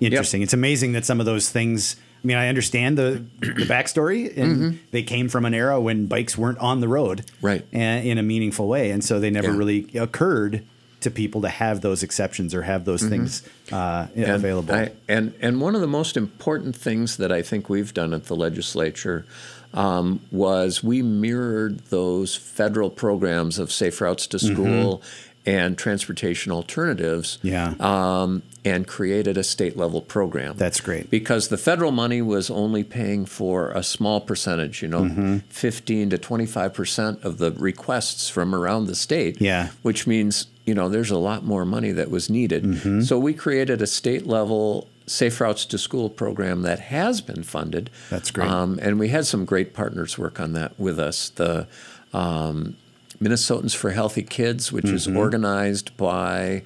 S1: interesting. It's amazing that some of those things. I mean, I understand the the backstory, and they came from an era when bikes weren't on the road,
S2: Mm-hmm. Right.
S1: a- in a meaningful way, and so they never
S2: Yeah.
S1: really occurred to people to have those exceptions or have those things uh, available.
S2: Mm-hmm. I- and and one of the most important things that I think we've done at the legislature um, was we mirrored those federal programs of safe routes
S1: Mm-hmm.
S2: to school and transportation alternatives.
S1: Yeah.
S2: Um, and created a state level program.
S1: That's great.
S2: Because the federal money was only paying for a small percentage, you know, 15 to 25% of the requests from around the state
S1: Yeah.
S2: which means you know there's a lot more money that was needed. So we created a state level safe routes to school program that has been funded.
S1: That's great.
S2: Um, and we had some great partners work on that with us. The um, Minnesotans for Healthy Kids, which is
S1: Mm-hmm.
S2: organized by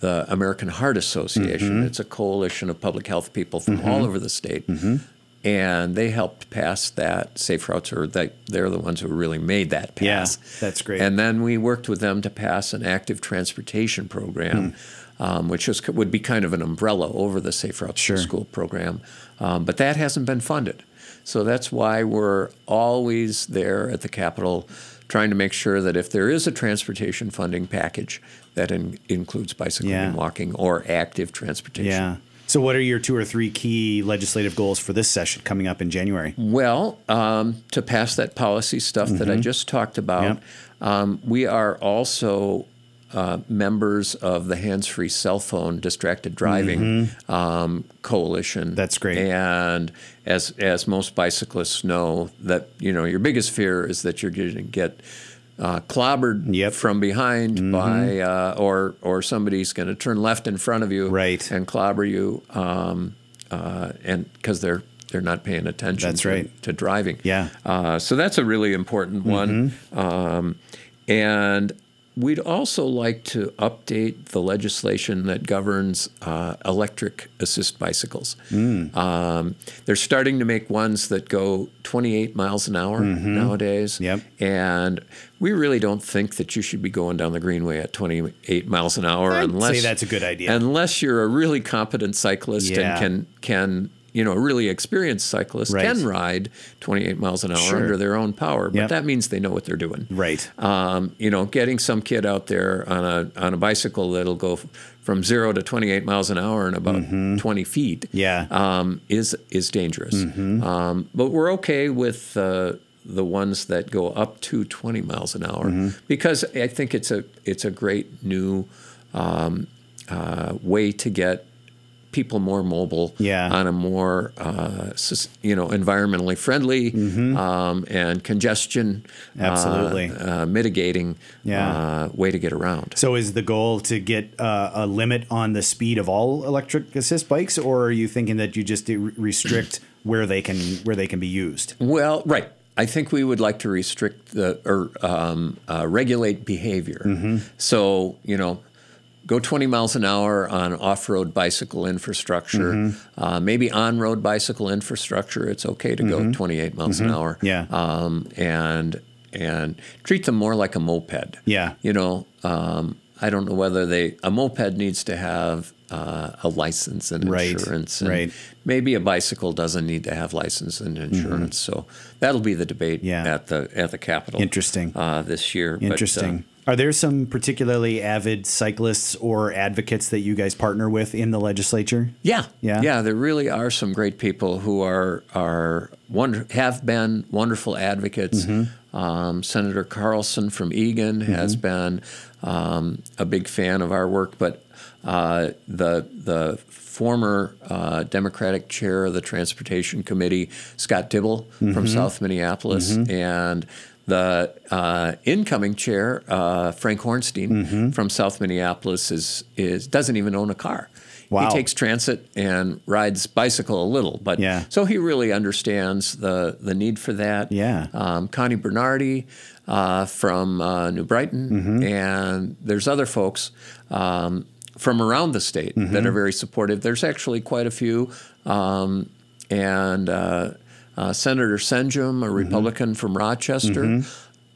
S2: the American Heart Association.
S1: Mm-hmm.
S2: It's a coalition of public health people from all over the state.
S1: Mm-hmm.
S2: And they helped pass that safe routes, or they, they're the ones who really made that
S1: Yeah,
S2: pass.
S1: that's great.
S2: And then we worked with them to pass an active transportation program, um, which is, would be kind of an umbrella over the Safe Routes
S1: Hmm. Sure.
S2: to School program. Um, but that hasn't been funded. So that's why we're always there at the Capitol trying to make sure that if there is a transportation funding package, that in, includes bicycling
S1: Yeah.
S2: and walking or active transportation.
S1: Yeah. So, what are your two or three key legislative goals for this session coming up in January?
S2: Mm. Well, um, to pass that policy stuff that I just talked about,
S1: Mm-hmm. Yep.
S2: um, we are also uh, members of the Hands Free Cell Phone Distracted Driving um, Coalition.
S1: Mm-hmm. That's great.
S2: And as as most bicyclists know, that you know your biggest fear is that you're going to get. Uh, clobbered
S1: Yep. Mm-hmm.
S2: from behind by uh, or or somebody's going to turn left in front of you
S1: Right.
S2: and clobber you um, uh, and because they're they're not paying attention
S1: That's
S2: to,
S1: right.
S2: to driving
S1: Yeah. Mm-hmm.
S2: uh, so that's a really important one um, and we'd also like to update the legislation that governs uh, electric assist bicycles
S1: Mm.
S2: um, they're starting to make ones that go 28 miles an hour nowadays
S1: Mm-hmm. Yep.
S2: and we really don't think that you should be going down the greenway at 28 miles an hour
S1: I'd
S2: unless
S1: say that's a good idea.
S2: unless you're a really competent cyclist
S1: Yeah.
S2: and can can you know a really experienced cyclist
S1: Right.
S2: can ride 28 miles an hour
S1: Sure.
S2: under their own power but
S1: Yep.
S2: that means they know what they're doing
S1: Right.
S2: um, you know getting some kid out there on a on a bicycle that'll go f- from 0 to 28 miles an hour in about 20 feet
S1: Mm-hmm. Yeah. Mm-hmm.
S2: um, is is dangerous um, but we're okay with uh, the ones that go up to 20 miles an hour
S1: Mm-hmm.
S2: because I think it's a it's a great new uh, way to get people more mobile
S1: Yeah.
S2: on a more uh, sus- you know environmentally friendly um, and congestion uh,
S1: Mm-hmm. Absolutely.
S2: uh, mitigating
S1: Yeah.
S2: uh, way to get around.
S1: So, is the goal to get uh, a limit on the speed of all electric assist bikes, or are you thinking that you just re- restrict where they can where they can be used?
S2: Well, right. I think we would like to restrict the or um, uh, regulate behavior.
S1: Mm-hmm.
S2: So you know, go 20 miles an hour on off-road bicycle infrastructure.
S1: Mm-hmm.
S2: Uh, maybe on-road bicycle infrastructure, it's okay to go 28 miles an hour.
S1: Mm-hmm. Yeah.
S2: Um, and and treat them more like a moped.
S1: Yeah.
S2: You know, um, I don't know whether they a moped needs to have uh, a license and
S1: Right,
S2: insurance. And
S1: right. Mm-hmm.
S2: Maybe a bicycle doesn't need to have license and insurance. So that'll be the debate
S1: Yeah.
S2: at the at the Capitol.
S1: Interesting.
S2: uh, this year. But, uh,
S1: Interesting. are there some particularly avid cyclists or advocates that you guys partner with in the legislature?
S2: yeah,
S1: Yeah.
S2: yeah. There really are some great people who are are wonder, have been wonderful advocates.
S1: Mm-hmm.
S2: Um, Senator Carlson from Egan has been um, a big fan of our work, but uh, the the former uh, Democratic chair of the Transportation Committee, Scott Dibble
S1: Mm-hmm.
S2: from South Minneapolis, and the uh, incoming chair, uh, Frank Hornstein
S1: Mm-hmm.
S2: from South Minneapolis, is is doesn't even own a car.
S1: Wow.
S2: He takes transit and rides bicycle a little, but
S1: Yeah.
S2: so he really understands the the need for that.
S1: Yeah.
S2: Um, Connie Bernardi uh, from uh, New Brighton, and there's other folks um, from around the state that are very supportive. There's actually quite a few, um, and uh, uh, Senator Senjum, a Republican from Rochester.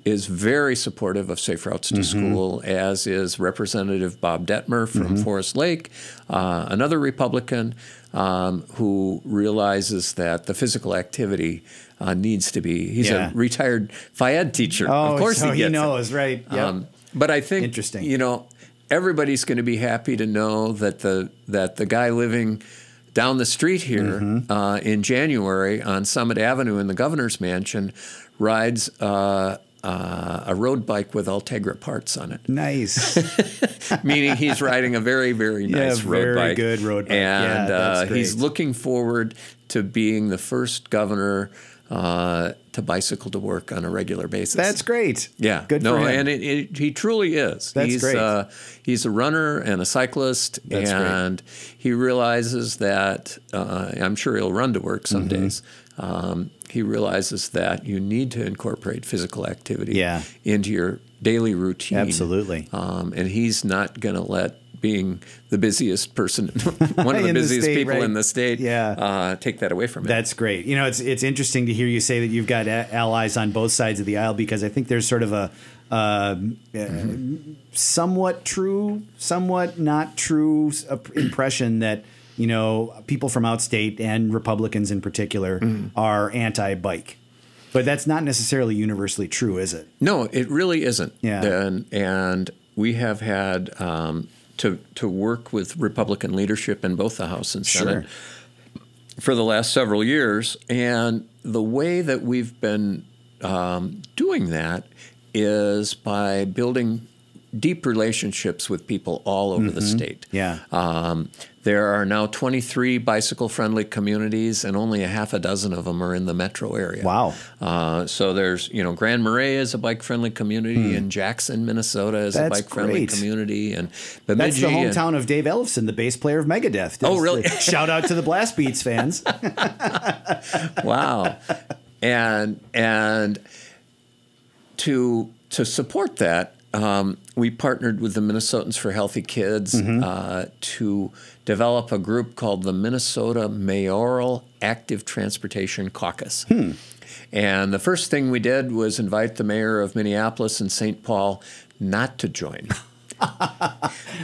S2: Is very supportive of Safe Routes to School, as is Representative Bob Detmer from Forest Lake, uh, another Republican um, who realizes that the physical activity uh, needs to be. He's
S1: Yeah.
S2: a retired Fayed teacher.
S1: Oh,
S2: of course
S1: so
S2: he, gets it.
S1: knows, right? Yep.
S2: Um, but I think
S1: Interesting.
S2: You know, everybody's going to be happy to know that the that the guy living down the street here
S1: Mm-hmm.
S2: uh, in January on Summit Avenue in the governor's mansion rides uh, uh, a road bike with Altegra parts on it
S1: nice.
S2: meaning he's riding a very, very nice road
S1: very
S2: bike.
S1: good road bike. Yeah,
S2: And
S1: that's
S2: uh, he's
S1: great.
S2: looking forward to being the first governor uh, to bicycle to work on a regular basis.
S1: That's great.
S2: yeah,
S1: Good
S2: no,
S1: for him.
S2: and it, it, he truly is.
S1: That's
S2: he's
S1: great.
S2: Uh, he's a runner and a cyclist,
S1: That's great.
S2: and he realizes that. Uh, I'm sure he'll run to work some
S1: Mm-hmm.
S2: days. Um, he realizes that you need to incorporate physical activity
S1: Yeah.
S2: into your daily routine.
S1: Absolutely.
S2: Um, and he's not going to let being the busiest person, one of
S1: In the
S2: the busiest
S1: state,
S2: people
S1: right.
S2: in the state,
S1: Yeah.
S2: uh, take that away from him.
S1: That's great. You know, it's it's interesting to hear you say that you've got a- allies on both sides of the aisle because I think there's sort of a um, uh, somewhat true, somewhat not true s- uh, impression that you
S2: Mm-hmm.
S1: know people from outstate and Republicans in particular are anti-bike. But that's not necessarily universally true, is it?
S2: No, it really isn't.
S1: Yeah.
S2: And, and we have had um, to, to work with Republican leadership in both the House and Senate for the last several years. And the way that we've been um, doing that is by building deep relationships with people all over the state.
S1: Mm-hmm. Yeah.
S2: Um, there are now 23 bicycle friendly communities, and only a half a dozen of them are in the metro area.
S1: Wow.
S2: Uh, so there's, you know, Grand Marais is a bike friendly community, and Jackson, Minnesota is
S1: Hmm. That's
S2: a bike friendly
S1: great.
S2: community, and
S1: That's
S2: Bemidji.
S1: the
S2: and-
S1: hometown of Dave Ellison, the bass player of Megadeth.
S2: Oh, really?
S1: Shout out to the Blast Beats fans.
S2: wow and and to to support that um, we partnered with the minnesotans for healthy kids uh, to develop a group called the minnesota mayoral active transportation caucus and the first thing we did was invite the mayor of minneapolis and st paul not to join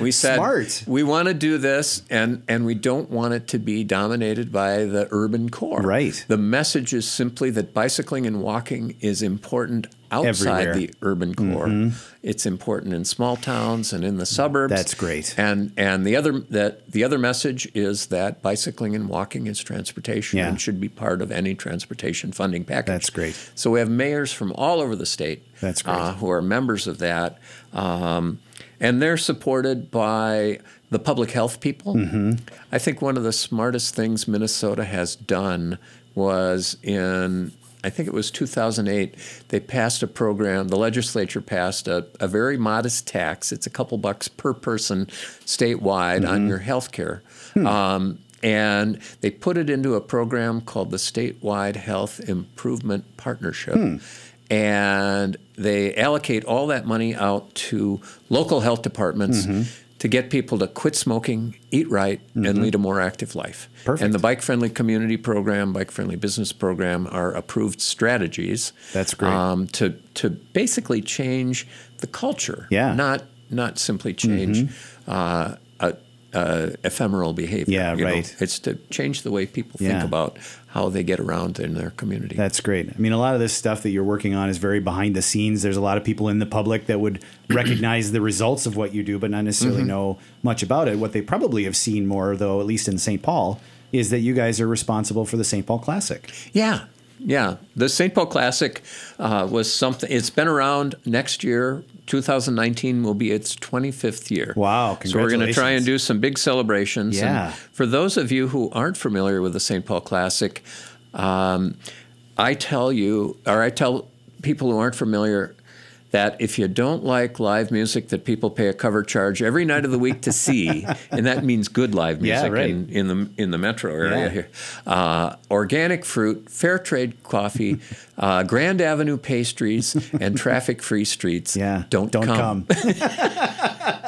S2: we said
S1: Smart.
S2: we want to do this and and we don't want it to be dominated by the urban core
S1: Right.
S2: the message is simply that bicycling and walking is important outside
S1: Everywhere. Mm-hmm.
S2: the urban core it's important in small towns and in the suburbs
S1: That's great.
S2: and and the other that the other message is that bicycling and walking is transportation
S1: Yeah.
S2: and should be part of any transportation funding package
S1: That's great.
S2: so we have mayors from all over the state
S1: That's great.
S2: uh, who are members of that. Um, and they're supported by the public health people.
S1: Mm-hmm.
S2: I think one of the smartest things Minnesota has done was in, I think it was 2008, they passed a program, the legislature passed a, a very modest tax. It's a couple bucks per person statewide on your health care. Um, and they put it into a program called the Statewide Health Improvement Partnership. And they allocate all that money out to local health departments to get people to quit smoking, eat right, and lead a more active life.
S1: Mm-hmm. Perfect.
S2: And the Bike Friendly Community Program, Bike Friendly Business Program are approved strategies.
S1: That's great.
S2: Um, to, to basically change the culture,
S1: Yeah. Mm-hmm.
S2: not, not simply change uh, a, a ephemeral behavior.
S1: Yeah,
S2: you know.
S1: right.
S2: It's to change the way people
S1: Yeah.
S2: think about how they get around in their community.
S1: That's great. I mean, a lot of this stuff that you're working on is very behind the scenes. There's a lot of people in the public that would recognize the results of what you do, but not necessarily
S2: Mm-hmm.
S1: know much about it. What they probably have seen more, though, at least in St. Paul, is that you guys are responsible for the St. Paul Classic.
S2: yeah, yeah. The St. Paul Classic uh, was something. It's been around. Next year, 2019 will be its 25th year.
S1: Wow,
S2: So we're going to try
S1: congratulations.
S2: and do some big celebrations. And
S1: Yeah.
S2: for those of you who aren't familiar with the St. Paul Classic, um, I tell you, or I tell people who aren't familiar. That if you don't like live music that people pay a cover charge every night of the week to see, and that means good live
S1: Yeah,
S2: music
S1: right.
S2: in, in the in the metro area
S1: Yeah.
S2: here, uh, organic fruit, fair trade coffee, uh, Grand Avenue pastries, and traffic free streets.
S1: Yeah.
S2: don't
S1: don't
S2: come
S1: come.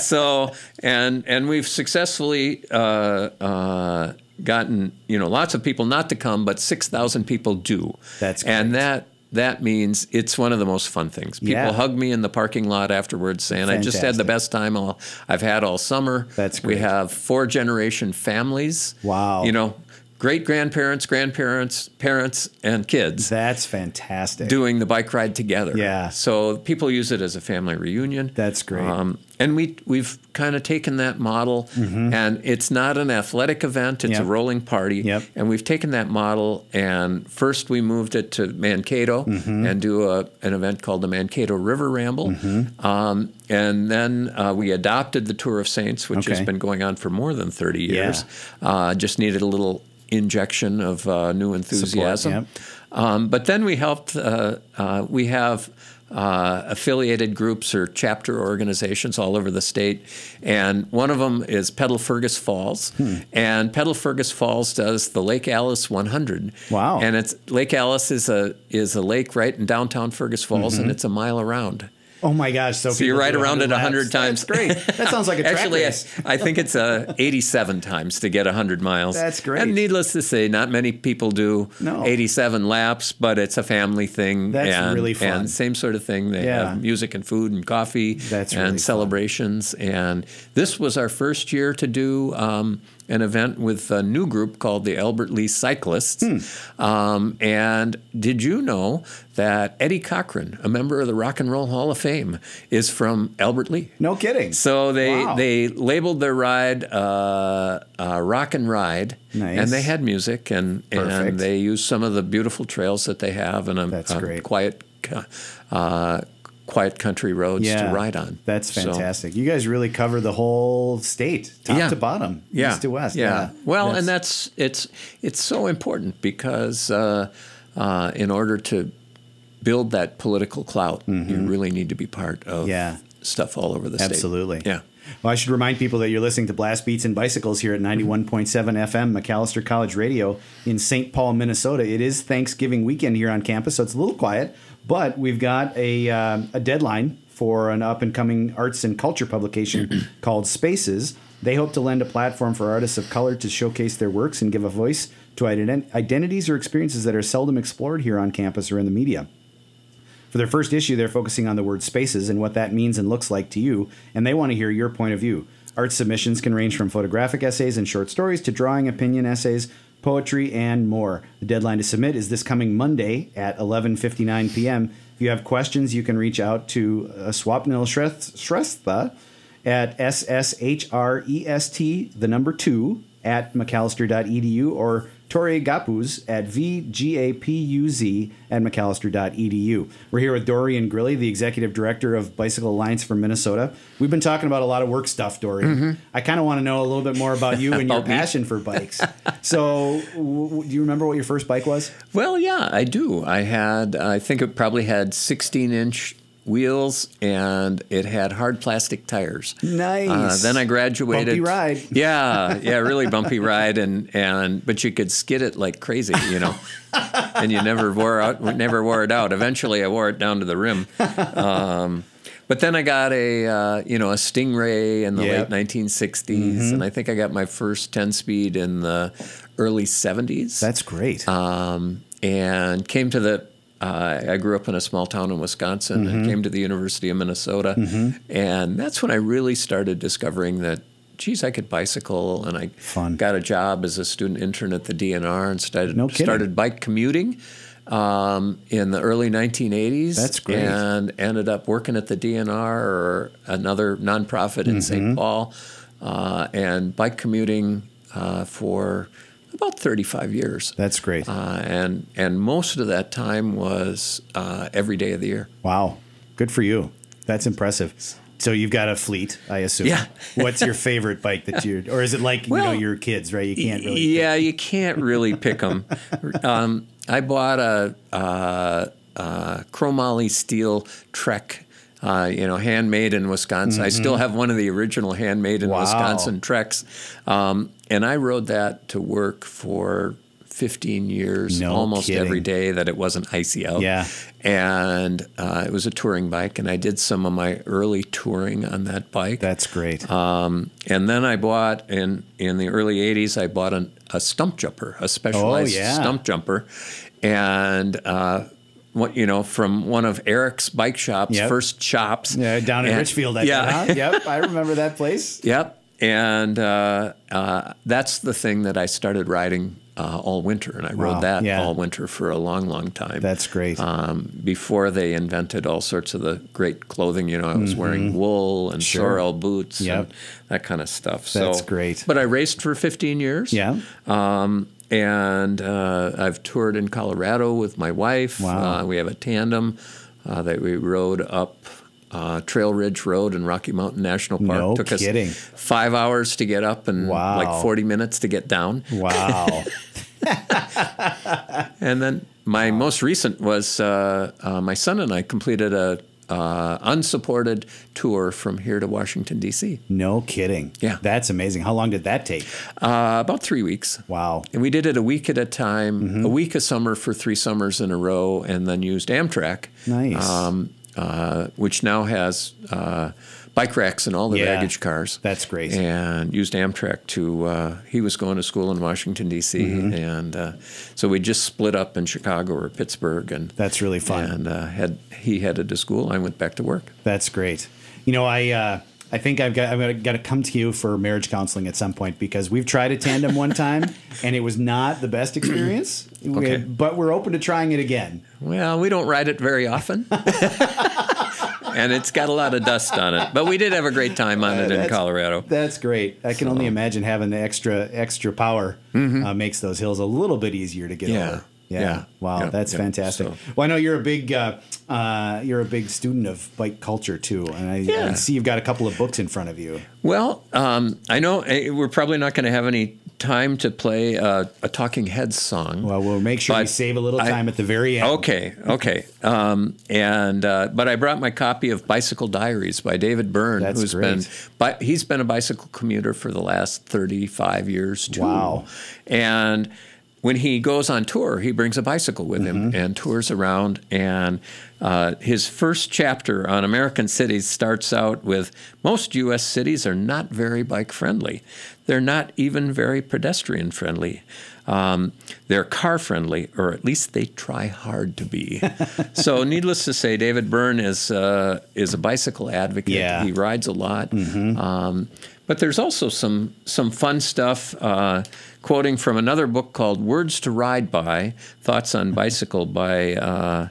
S2: so and and we've successfully uh, uh, gotten you know lots of people not to come, but six thousand people do.
S1: That's
S2: and that that means it's one of the most fun things. People
S1: Yeah.
S2: hug me in the parking lot afterwards, saying I just had the
S1: Fantastic.
S2: best time all, I've had all summer.
S1: That's
S2: We
S1: great.
S2: have four generation families.
S1: Wow.
S2: you know. Great grandparents, grandparents, parents, and kids
S1: That's fantastic.
S2: doing the bike ride together.
S1: Yeah.
S2: So people use it as a family reunion.
S1: That's great.
S2: Um, and we we've kind of taken that model, and it's not an athletic event; it's
S1: Mm-hmm. Yep.
S2: a rolling party.
S1: Yep.
S2: And we've taken that model, and first we moved it to Mankato
S1: Mm-hmm.
S2: and do a, an event called the Mankato River Ramble,
S1: Mm-hmm.
S2: um, and then uh, we adopted the Tour of Saints, which has
S1: Okay.
S2: been going on for more than thirty
S1: Yeah.
S2: years. Uh, just needed a little injection of uh, new enthusiasm.
S1: yep.
S2: Um, but then we helped, uh, uh, we have uh, affiliated groups or chapter organizations all over the state. And one of them is Pedal Fergus Falls. And Pedal Fergus Falls does the Lake Alice 100.
S1: Wow.
S2: And it's Lake Alice is a, is a lake right in downtown Fergus Falls, and it's a mile around.
S1: oh my gosh! So,
S2: So you're
S1: people
S2: right
S1: do
S2: around it 100
S1: laps.
S2: times.
S1: That's great. That sounds like a track
S2: Actually, I,
S1: race.
S2: I think it's uh, 87 times to get 100 miles.
S1: That's great.
S2: And needless to say, not many people do
S1: No.
S2: 87 laps, but it's a family thing.
S1: That's
S2: and,
S1: really fun.
S2: And same sort of thing. They
S1: Yeah.
S2: have music and food and coffee
S1: That's
S2: and
S1: really fun.
S2: celebrations. And this was our first year to do um, an event with a new group called the Albert Lee Cyclists.
S1: Hmm.
S2: Um, and did you know that Eddie Cochran, a member of the Rock and Roll Hall of Fame, is from Albert Lee?
S1: No kidding.
S2: So they
S1: Wow.
S2: they labeled their ride uh, uh, "Rock and Ride,"
S1: Nice.
S2: and they had music and
S1: Perfect.
S2: and they used some of the beautiful trails that they have and a,
S1: That's
S2: a
S1: great.
S2: quiet uh, quiet country roads to ride on.
S1: That's
S2: So-
S1: fantastic. you guys really cover the whole state, top
S2: Yeah.
S1: to bottom, east to west.
S2: Yeah. Well, and that's it's it's so important because uh, uh, in order to build that political clout, you really need to be part of
S1: Mm-hmm. Yeah.
S2: stuff all over the
S1: Absolutely.
S2: state. Yeah.
S1: Well, I should remind people that you're listening to Blast Beats and Bicycles here at 91.7 FM, McAllister College Radio in St. Paul, Minnesota. It is Thanksgiving weekend here on campus, so it's a little quiet, but we've got a, um a deadline for an up and coming arts and culture publication called Spaces. They hope to lend a platform for artists of color to showcase their works and give a voice to ident- identities or experiences that are seldom explored here on campus or in the media. For their first issue, they're focusing on the word spaces and what that means and looks like to you, and they want to hear your point of view. Art submissions can range from photographic essays and short stories to drawing opinion essays, poetry, and more. The deadline to submit is this coming Monday at 11:59 p.m. If you have questions, you can reach out to uh, Swapnil Shrestha, Shrestha at SSHREST, E the number two, at McAllister.edu or Torre Gapuz at VGAPUZ at McAllister.edu. We're here with Dorian Grilly, the executive director of Bicycle Alliance for Minnesota. We've been talking about a lot of work stuff, Dorian. I kind of want to know a little bit more about you and your
S2: Mm-hmm. About me?
S1: passion for bikes. so, w- w- do you remember what your first bike was?
S2: Well, yeah, I do. I had, I think it probably had 16 inch wheels and it had hard plastic tires.
S1: Nice.
S2: Uh, then I graduated.
S1: Bumpy ride.
S2: Yeah, yeah, really bumpy ride, and and but you could skid it like crazy, you know, and you never wore out, never wore it out. Eventually, I wore it down to the rim. Um, but then I got a uh, you know a Stingray in the
S1: Yep. Mm-hmm.
S2: late 1960s, and I think I got my first 10 speed in the early 70s
S1: That's great.
S2: um, and came to the. Uh, I grew up in a small town in Wisconsin
S1: Mm-hmm.
S2: and came to the University of Minnesota, and that's when I really started discovering that. Geez, I could bicycle, and I
S1: Fun.
S2: got a job as a student intern at the DNR and started
S1: No kidding.
S2: started bike commuting um, in the early 1980s.
S1: That's great.
S2: And ended up working at the DNR or another nonprofit in
S1: Mm-hmm.
S2: St. Paul, uh, and bike commuting uh, for about 35 years.
S1: That's great.
S2: Uh, and and most of that time was uh, every day of the year.
S1: Wow. Good for you. That's impressive. So you've got a fleet, I assume.
S2: Yeah.
S1: What's your favorite bike that you or is it like, you
S2: Well,
S1: know, your kids, right? You can't really
S2: yeah, you can't really pick them. um, I bought a, a, a chromoly steel Trek. Uh, you know, handmade in Wisconsin. I still have one of the original handmade in
S1: Mm-hmm. Wow.
S2: Wisconsin Treks, um, and I rode that to work for 15 years,
S1: No
S2: almost
S1: kidding.
S2: every day that it wasn't icy out.
S1: Yeah.
S2: and uh, it was a touring bike, and I did some of my early touring on that bike.
S1: That's great.
S2: Um, and then I bought in in the early '80s. I bought an, a stump jumper, a specialized
S1: Oh, yeah.
S2: stump jumper, and uh, what you know from one of Eric's bike shops,
S1: Yep.
S2: first shops.
S1: yeah, down in
S2: And-
S1: Richfield, I
S2: yeah,
S1: think, huh? Yep. I remember that place.
S2: yep. And uh, uh, that's the thing that I started riding uh, all winter, and I
S1: Wow,
S2: rode that
S1: yeah.
S2: all winter for a long, long time
S1: That's great.
S2: um, before they invented all sorts of the great clothing. You know, I was wearing wool and sorrel boots
S1: Mm-hmm. Yep.
S2: and that kind of stuff.
S1: That's
S2: so,
S1: great.
S2: But I raced for 15 years.
S1: Yeah.
S2: Um, and uh, I've toured in Colorado with my wife.
S1: Wow.
S2: Uh, we have a tandem uh, that we rode up. Uh, Trail Ridge Road in Rocky Mountain National Park
S1: No
S2: took
S1: kidding.
S2: us five hours to get up and
S1: Wow.
S2: like 40 minutes to get down.
S1: Wow.
S2: And then my most recent was uh, uh, my son and I completed a uh, unsupported tour from here to Washington D.C.
S1: no kidding.
S2: Yeah.
S1: That's amazing. How long did that take?
S2: Uh, about three weeks.
S1: Wow. Mm-hmm.
S2: And we did it a week at a time, a week a summer for three summers in a row, and then used Amtrak.
S1: Nice.
S2: Um, uh, which now has uh, bike racks in all the
S1: Yeah.
S2: baggage cars.
S1: That's great.
S2: And used Amtrak to, uh, he was going to school in Washington, D.C.
S1: Mm-hmm.
S2: And uh, so we just split up in Chicago or Pittsburgh. And
S1: That's really fun.
S2: And uh, had he headed to school, I went back to work.
S1: That's great. You know, I uh, I think I've got I've got to come to you for marriage counseling at some point because we've tried a tandem one time and it was not the best experience. We-
S2: Okay.
S1: but we're open to trying it again.
S2: Well, we don't ride it very often. and it's got a lot of dust on it. But we did have a great time on it in
S1: Uh, That's-
S2: Colorado.
S1: That's great. I can only imagine having the extra extra power uh, makes those hills a little bit easier to get
S2: Mm-hmm. Yeah.
S1: over. Yeah.
S2: Yeah.
S1: Wow,
S2: Yeah.
S1: that's
S2: Yeah.
S1: fantastic.
S2: So-
S1: Well, I know you're a big uh, uh, you're a big student of bike culture too, and I, I
S2: Yeah.
S1: see you've got a couple of books in front of you.
S2: Well, um, I know eh, we're probably not going to have any time to play uh, a Talking Heads song.
S1: Well, we'll make sure we
S2: But
S1: save a little
S2: I-
S1: time at the very end.
S2: Okay, okay. Um, and uh, but I brought my copy of Bicycle Diaries by David Byrne,
S1: That's
S2: who's
S1: great.
S2: been but he's been a bicycle commuter for the last 35 years too.
S1: Wow.
S2: And when he goes on tour, he brings a bicycle with him and tours around. And uh, his first chapter on American cities starts out with most U.S. cities are not very bike friendly. They're not even very pedestrian friendly. Um, they're car friendly, or at least they try hard to be. so, needless to say, David Byrne is uh, is a bicycle advocate.
S1: Yeah.
S2: He rides a lot.
S1: Mm-hmm.
S2: Um, but there's also some some fun stuff. Uh, quoting from another book called "Words to Ride By: Thoughts
S1: Mm-hmm.
S2: on Bicycle" by uh,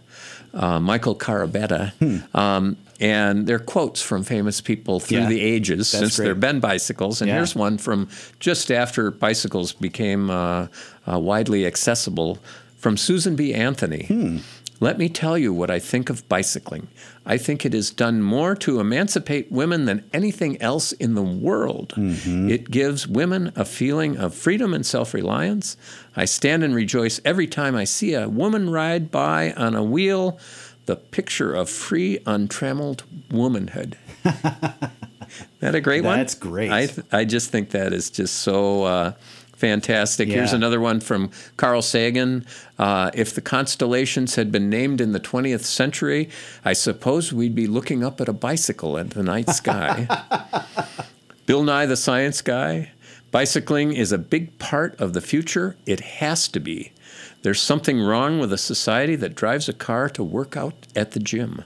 S2: uh, Michael Carabetta. Um, and they're quotes from famous people through
S1: Hmm. Yeah.
S2: the ages
S1: That's
S2: since
S1: great.
S2: there have been bicycles. And
S1: Yeah.
S2: here's one from just after bicycles became uh, uh, widely accessible from Susan B. Anthony.
S1: Hmm.
S2: Let me tell you what I think of bicycling. I think it has done more to emancipate women than anything else in the world.
S1: Mm-hmm.
S2: It gives women a feeling of freedom and self reliance. I stand and rejoice every time I see a woman ride by on a wheel, the picture of free, untrammeled womanhood. Isn't that a great one?
S1: That's great.
S2: I, th- I just think that is just so uh, fantastic. Here's
S1: Yeah.
S2: another one from Carl Sagan. Uh, if the constellations had been named in the 20th century, I suppose we'd be looking up at a bicycle at the night sky. Bill Nye, the science guy. Bicycling is a big part of the future. It has to be. There's something wrong with a society that drives a car to work out at the gym.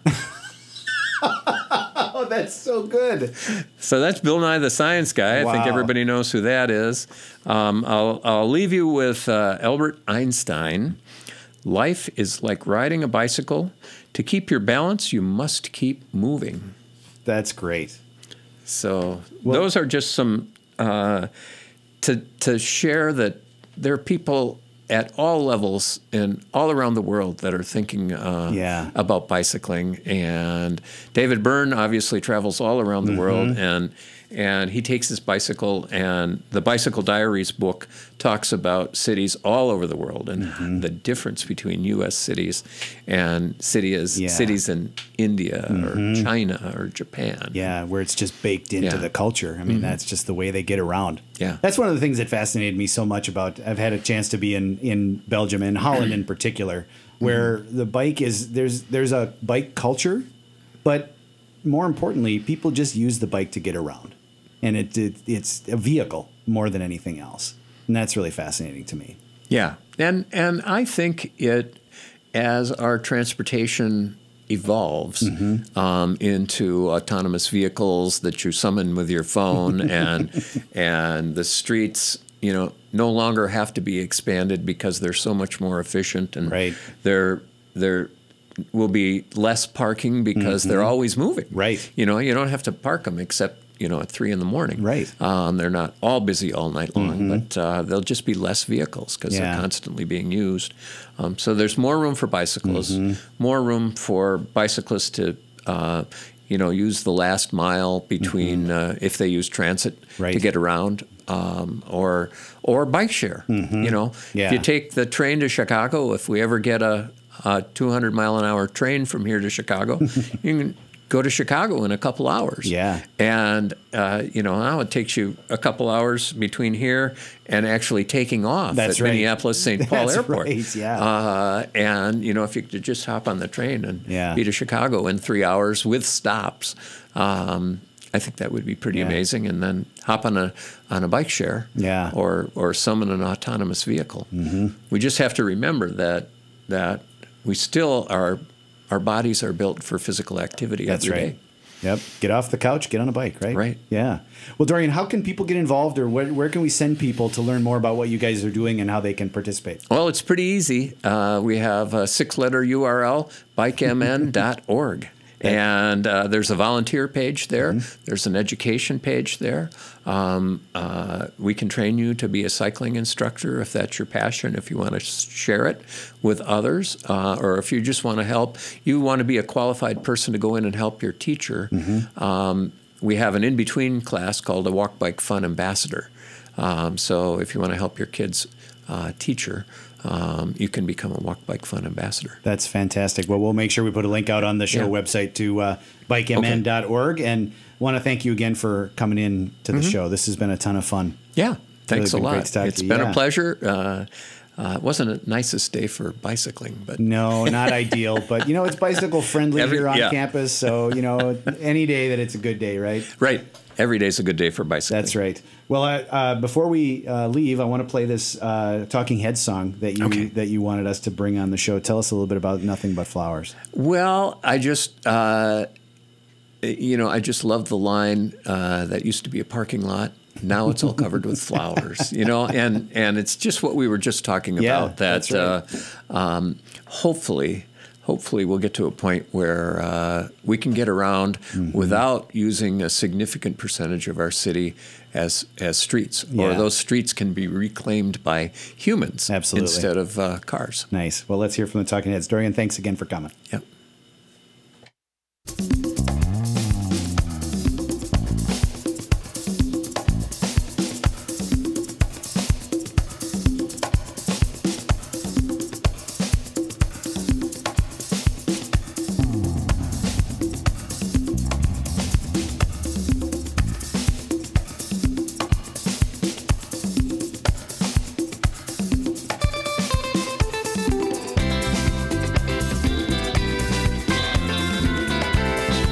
S1: Oh, that's so good.
S2: So that's Bill Nye the Science Guy. I think
S1: Wow.
S2: everybody knows who that is. Um, I'll, I'll leave you with uh, Albert Einstein. Life is like riding a bicycle. To keep your balance, you must keep moving.
S1: That's great.
S2: So those are just some uh, to to share that there are people at all levels and all around the world that are thinking uh,
S1: Yeah.
S2: about bicycling. And David Byrne obviously travels all around the world
S1: Mm-hmm.
S2: and. And he takes his bicycle, and the Bicycle Diaries book talks about cities all over the world and
S1: Mm-hmm.
S2: the difference between U.S. cities and cities
S1: Yeah. Mm-hmm.
S2: cities in India or China or Japan.
S1: Yeah, where it's just baked into
S2: Yeah. Mm-hmm.
S1: the culture. I mean, that's just the way they get around.
S2: Yeah.
S1: that's one of the things that fascinated me so much about. I've had a chance to be in in Belgium and Holland in particular, where
S2: Mm-hmm.
S1: the bike is there's there's a bike culture, but more importantly, people just use the bike to get around, and it, it it's a vehicle more than anything else, and that's really fascinating to me.
S2: Yeah, and and I think it as our transportation evolves
S1: Mm-hmm.
S2: um, into autonomous vehicles that you summon with your phone, and and the streets, you know, no longer have to be expanded because they're so much more efficient, and
S1: Right.
S2: they're they're will be less parking because they're always moving.
S1: Mm-hmm. Right.
S2: You know, you don't have to park them except you know at three in the morning.
S1: Right.
S2: Um, they're not all busy all night long, but uh, they'll just be less vehicles because
S1: Mm-hmm. Yeah.
S2: they're constantly being used. Um, so there's more room for bicycles,
S1: Mm-hmm.
S2: more room for bicyclists to. Uh, you know, use the last mile between uh, if they use transit
S1: Mm-hmm. Right.
S2: to get around, um, or or bike share. You know,
S1: Mm-hmm. Yeah.
S2: if you take the train to Chicago, if we ever get a, a 200 mile an hour train from here to Chicago, you can go to Chicago in a couple hours.
S1: Yeah.
S2: And, uh, you know, now it takes you a couple hours between here and actually taking off
S1: That's
S2: at
S1: right.
S2: Minneapolis St. Paul
S1: That's
S2: Airport.
S1: right, yeah.
S2: Uh, and, you know, if you could just hop on the train and
S1: Yeah.
S2: be to Chicago in three hours with stops. Um, I think that would be pretty
S1: Yeah.
S2: amazing, and then hop on a on a bike share,
S1: Yeah. Mm-hmm.
S2: or or summon an autonomous vehicle. We just have to remember that that we still are our bodies are built for physical activity
S1: That's
S2: every
S1: right.
S2: day.
S1: Yep. Get off the couch, get on a bike, right?
S2: Right.
S1: Yeah. Well, Dorian, how can people get involved or where, where can we send people to learn more about what you guys are doing and how they can participate?
S2: Well, it's pretty easy. Uh, we have a six letter URL, bikemn.org. And uh, there's a volunteer page there. There's an education page there. Um, uh, we can train you to be a cycling instructor if that's your passion, if you want to share it with others, uh, or if you just want to help. You want to be a qualified person to go in and help your teacher. Um, we have an in between class called a Walk Bike Fun Ambassador. Um, so if you want to help your kids uh, teacher, um, you can become a Walk Bike Fun ambassador.
S1: That's fantastic. Well, we'll make sure we put a link out on the show
S2: Yeah.
S1: website to uh, bikemn.org. And want to thank you again for coming in to the
S2: Mm-hmm.
S1: show. This has been a ton of fun.
S2: Yeah, thanks
S1: been
S2: a
S1: great
S2: lot.
S1: to talk to
S2: It's
S1: you,
S2: been
S1: yeah.
S2: a pleasure. Uh, uh, it wasn't the nicest day for bicycling, but
S1: No, not ideal, but you know, it's bicycle friendly
S2: Every-
S1: here on
S2: yeah.
S1: campus. So, you know, any day that it's a good day, right?
S2: right, every day's a good day for bicycling.
S1: That's right. Well, uh, uh, before we uh, leave, I want to play this uh, Talking Heads song that you
S2: Okay.
S1: that you wanted us to bring on the show. Tell us a little bit about Nothing But Flowers.
S2: Well, I just, uh, you know, I just love the line uh, that used to be a parking lot. Now it's all covered with flowers, you know, and and it's just what we were just talking about.
S1: Yeah,
S2: that
S1: that's right.
S2: uh, um, hopefully, hopefully we'll get to a point where uh, we can get around
S1: Mm-hmm.
S2: without using a significant percentage of our city as as streets, or
S1: Yeah.
S2: those streets can be reclaimed by humans
S1: Absolutely.
S2: instead of uh, cars.
S1: Nice. Well, let's hear from the Talking Heads. Dorian, thanks again for coming.
S2: Yep.
S3: Thank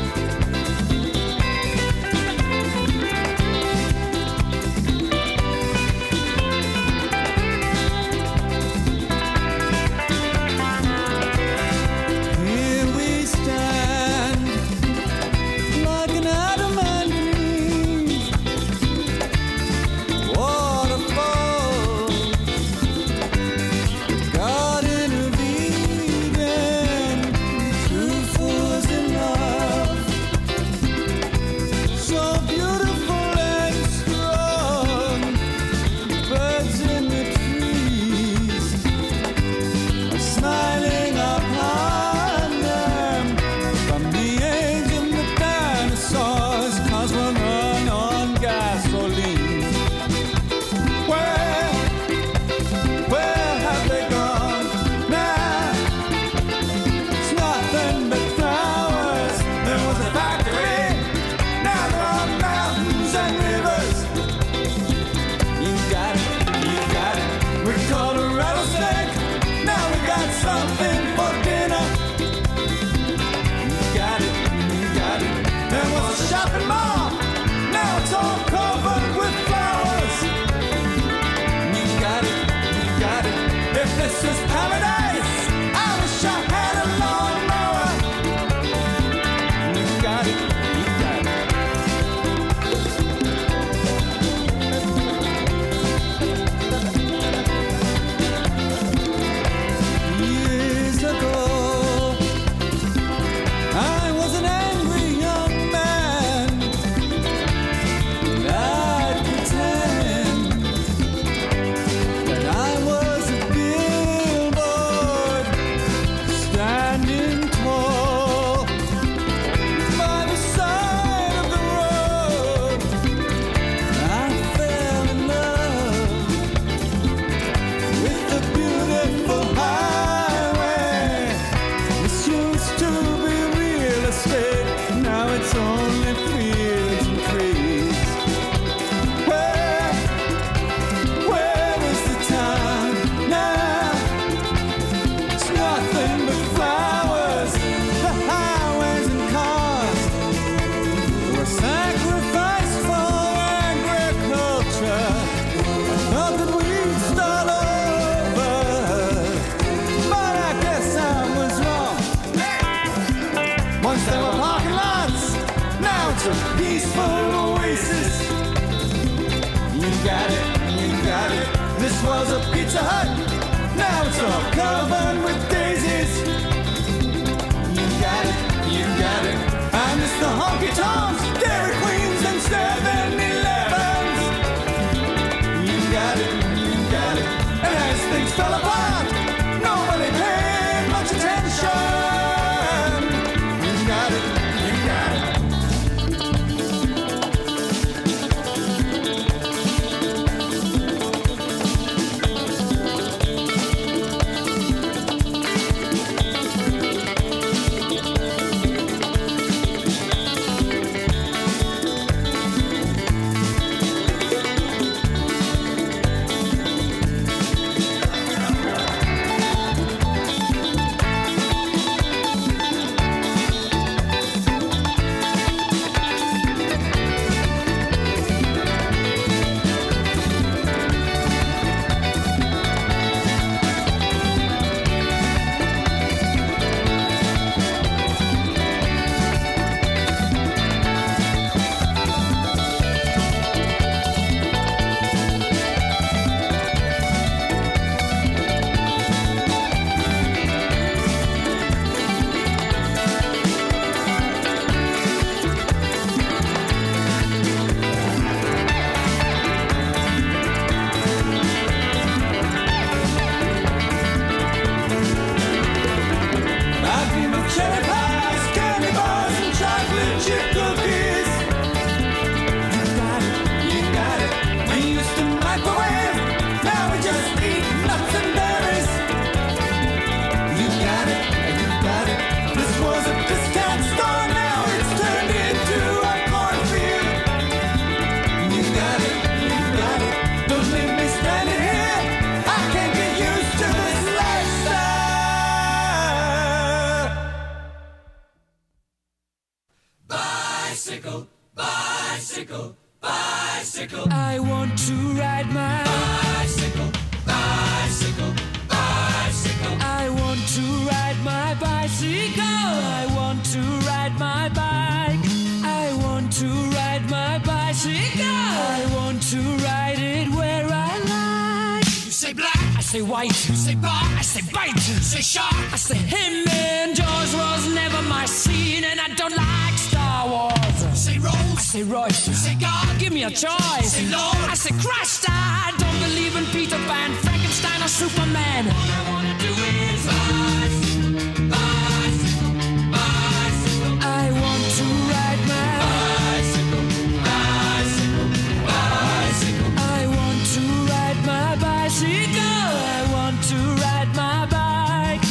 S3: bicycle. I want to ride my bicycle, bicycle, bicycle. I want to ride my bicycle. I want to ride my bike. I want to ride my bicycle. I want to ride it where I like. You say black, I say white. You say bar, I say bite. You say shark, I say him. And Jaws was never my scene, and I don't like Star Wars. You say Rose, I say Royce. You say God, give me a choice. say Lord, I say Christ. I don't believe in Peter Pan, Frankenstein, or Superman. All I wanna do is bicycle, bicycle, bicycle. I want to ride my bicycle, bicycle, bicycle. I want to ride my bicycle. I want to ride my bike.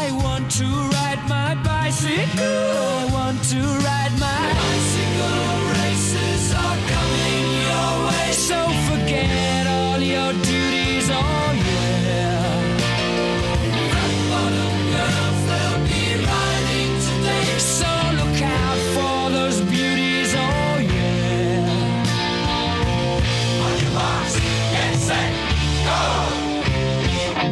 S3: I want to ride my bicycle. I want to ride my bicycle. Races are coming your way, so forget all your duties. Oh yeah. So look out for those beauties, oh yeah. On your marks, get set, go!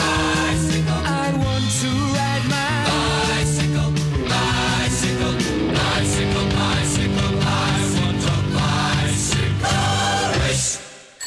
S3: I want to ride my bicycle, bicycle, bicycle, bicycle. I want a bicycle race.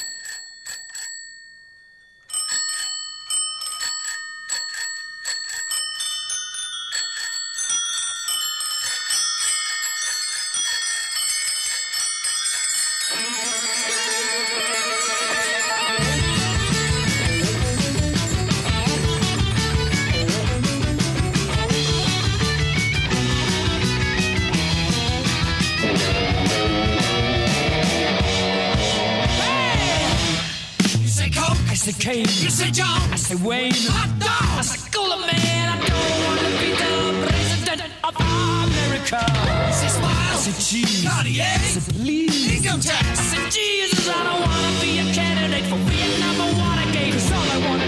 S3: You say Coke, I say Kane. You say John, I say Wayne. Hot dog, I say Cooler Man. I don't wanna be the president of America. You say Smile, I say Cheese. Cartier, I say Please. Income tax, I say Jesus. I don't wanna be a candidate for Vietnam or Watergate. 'Cause all I wanna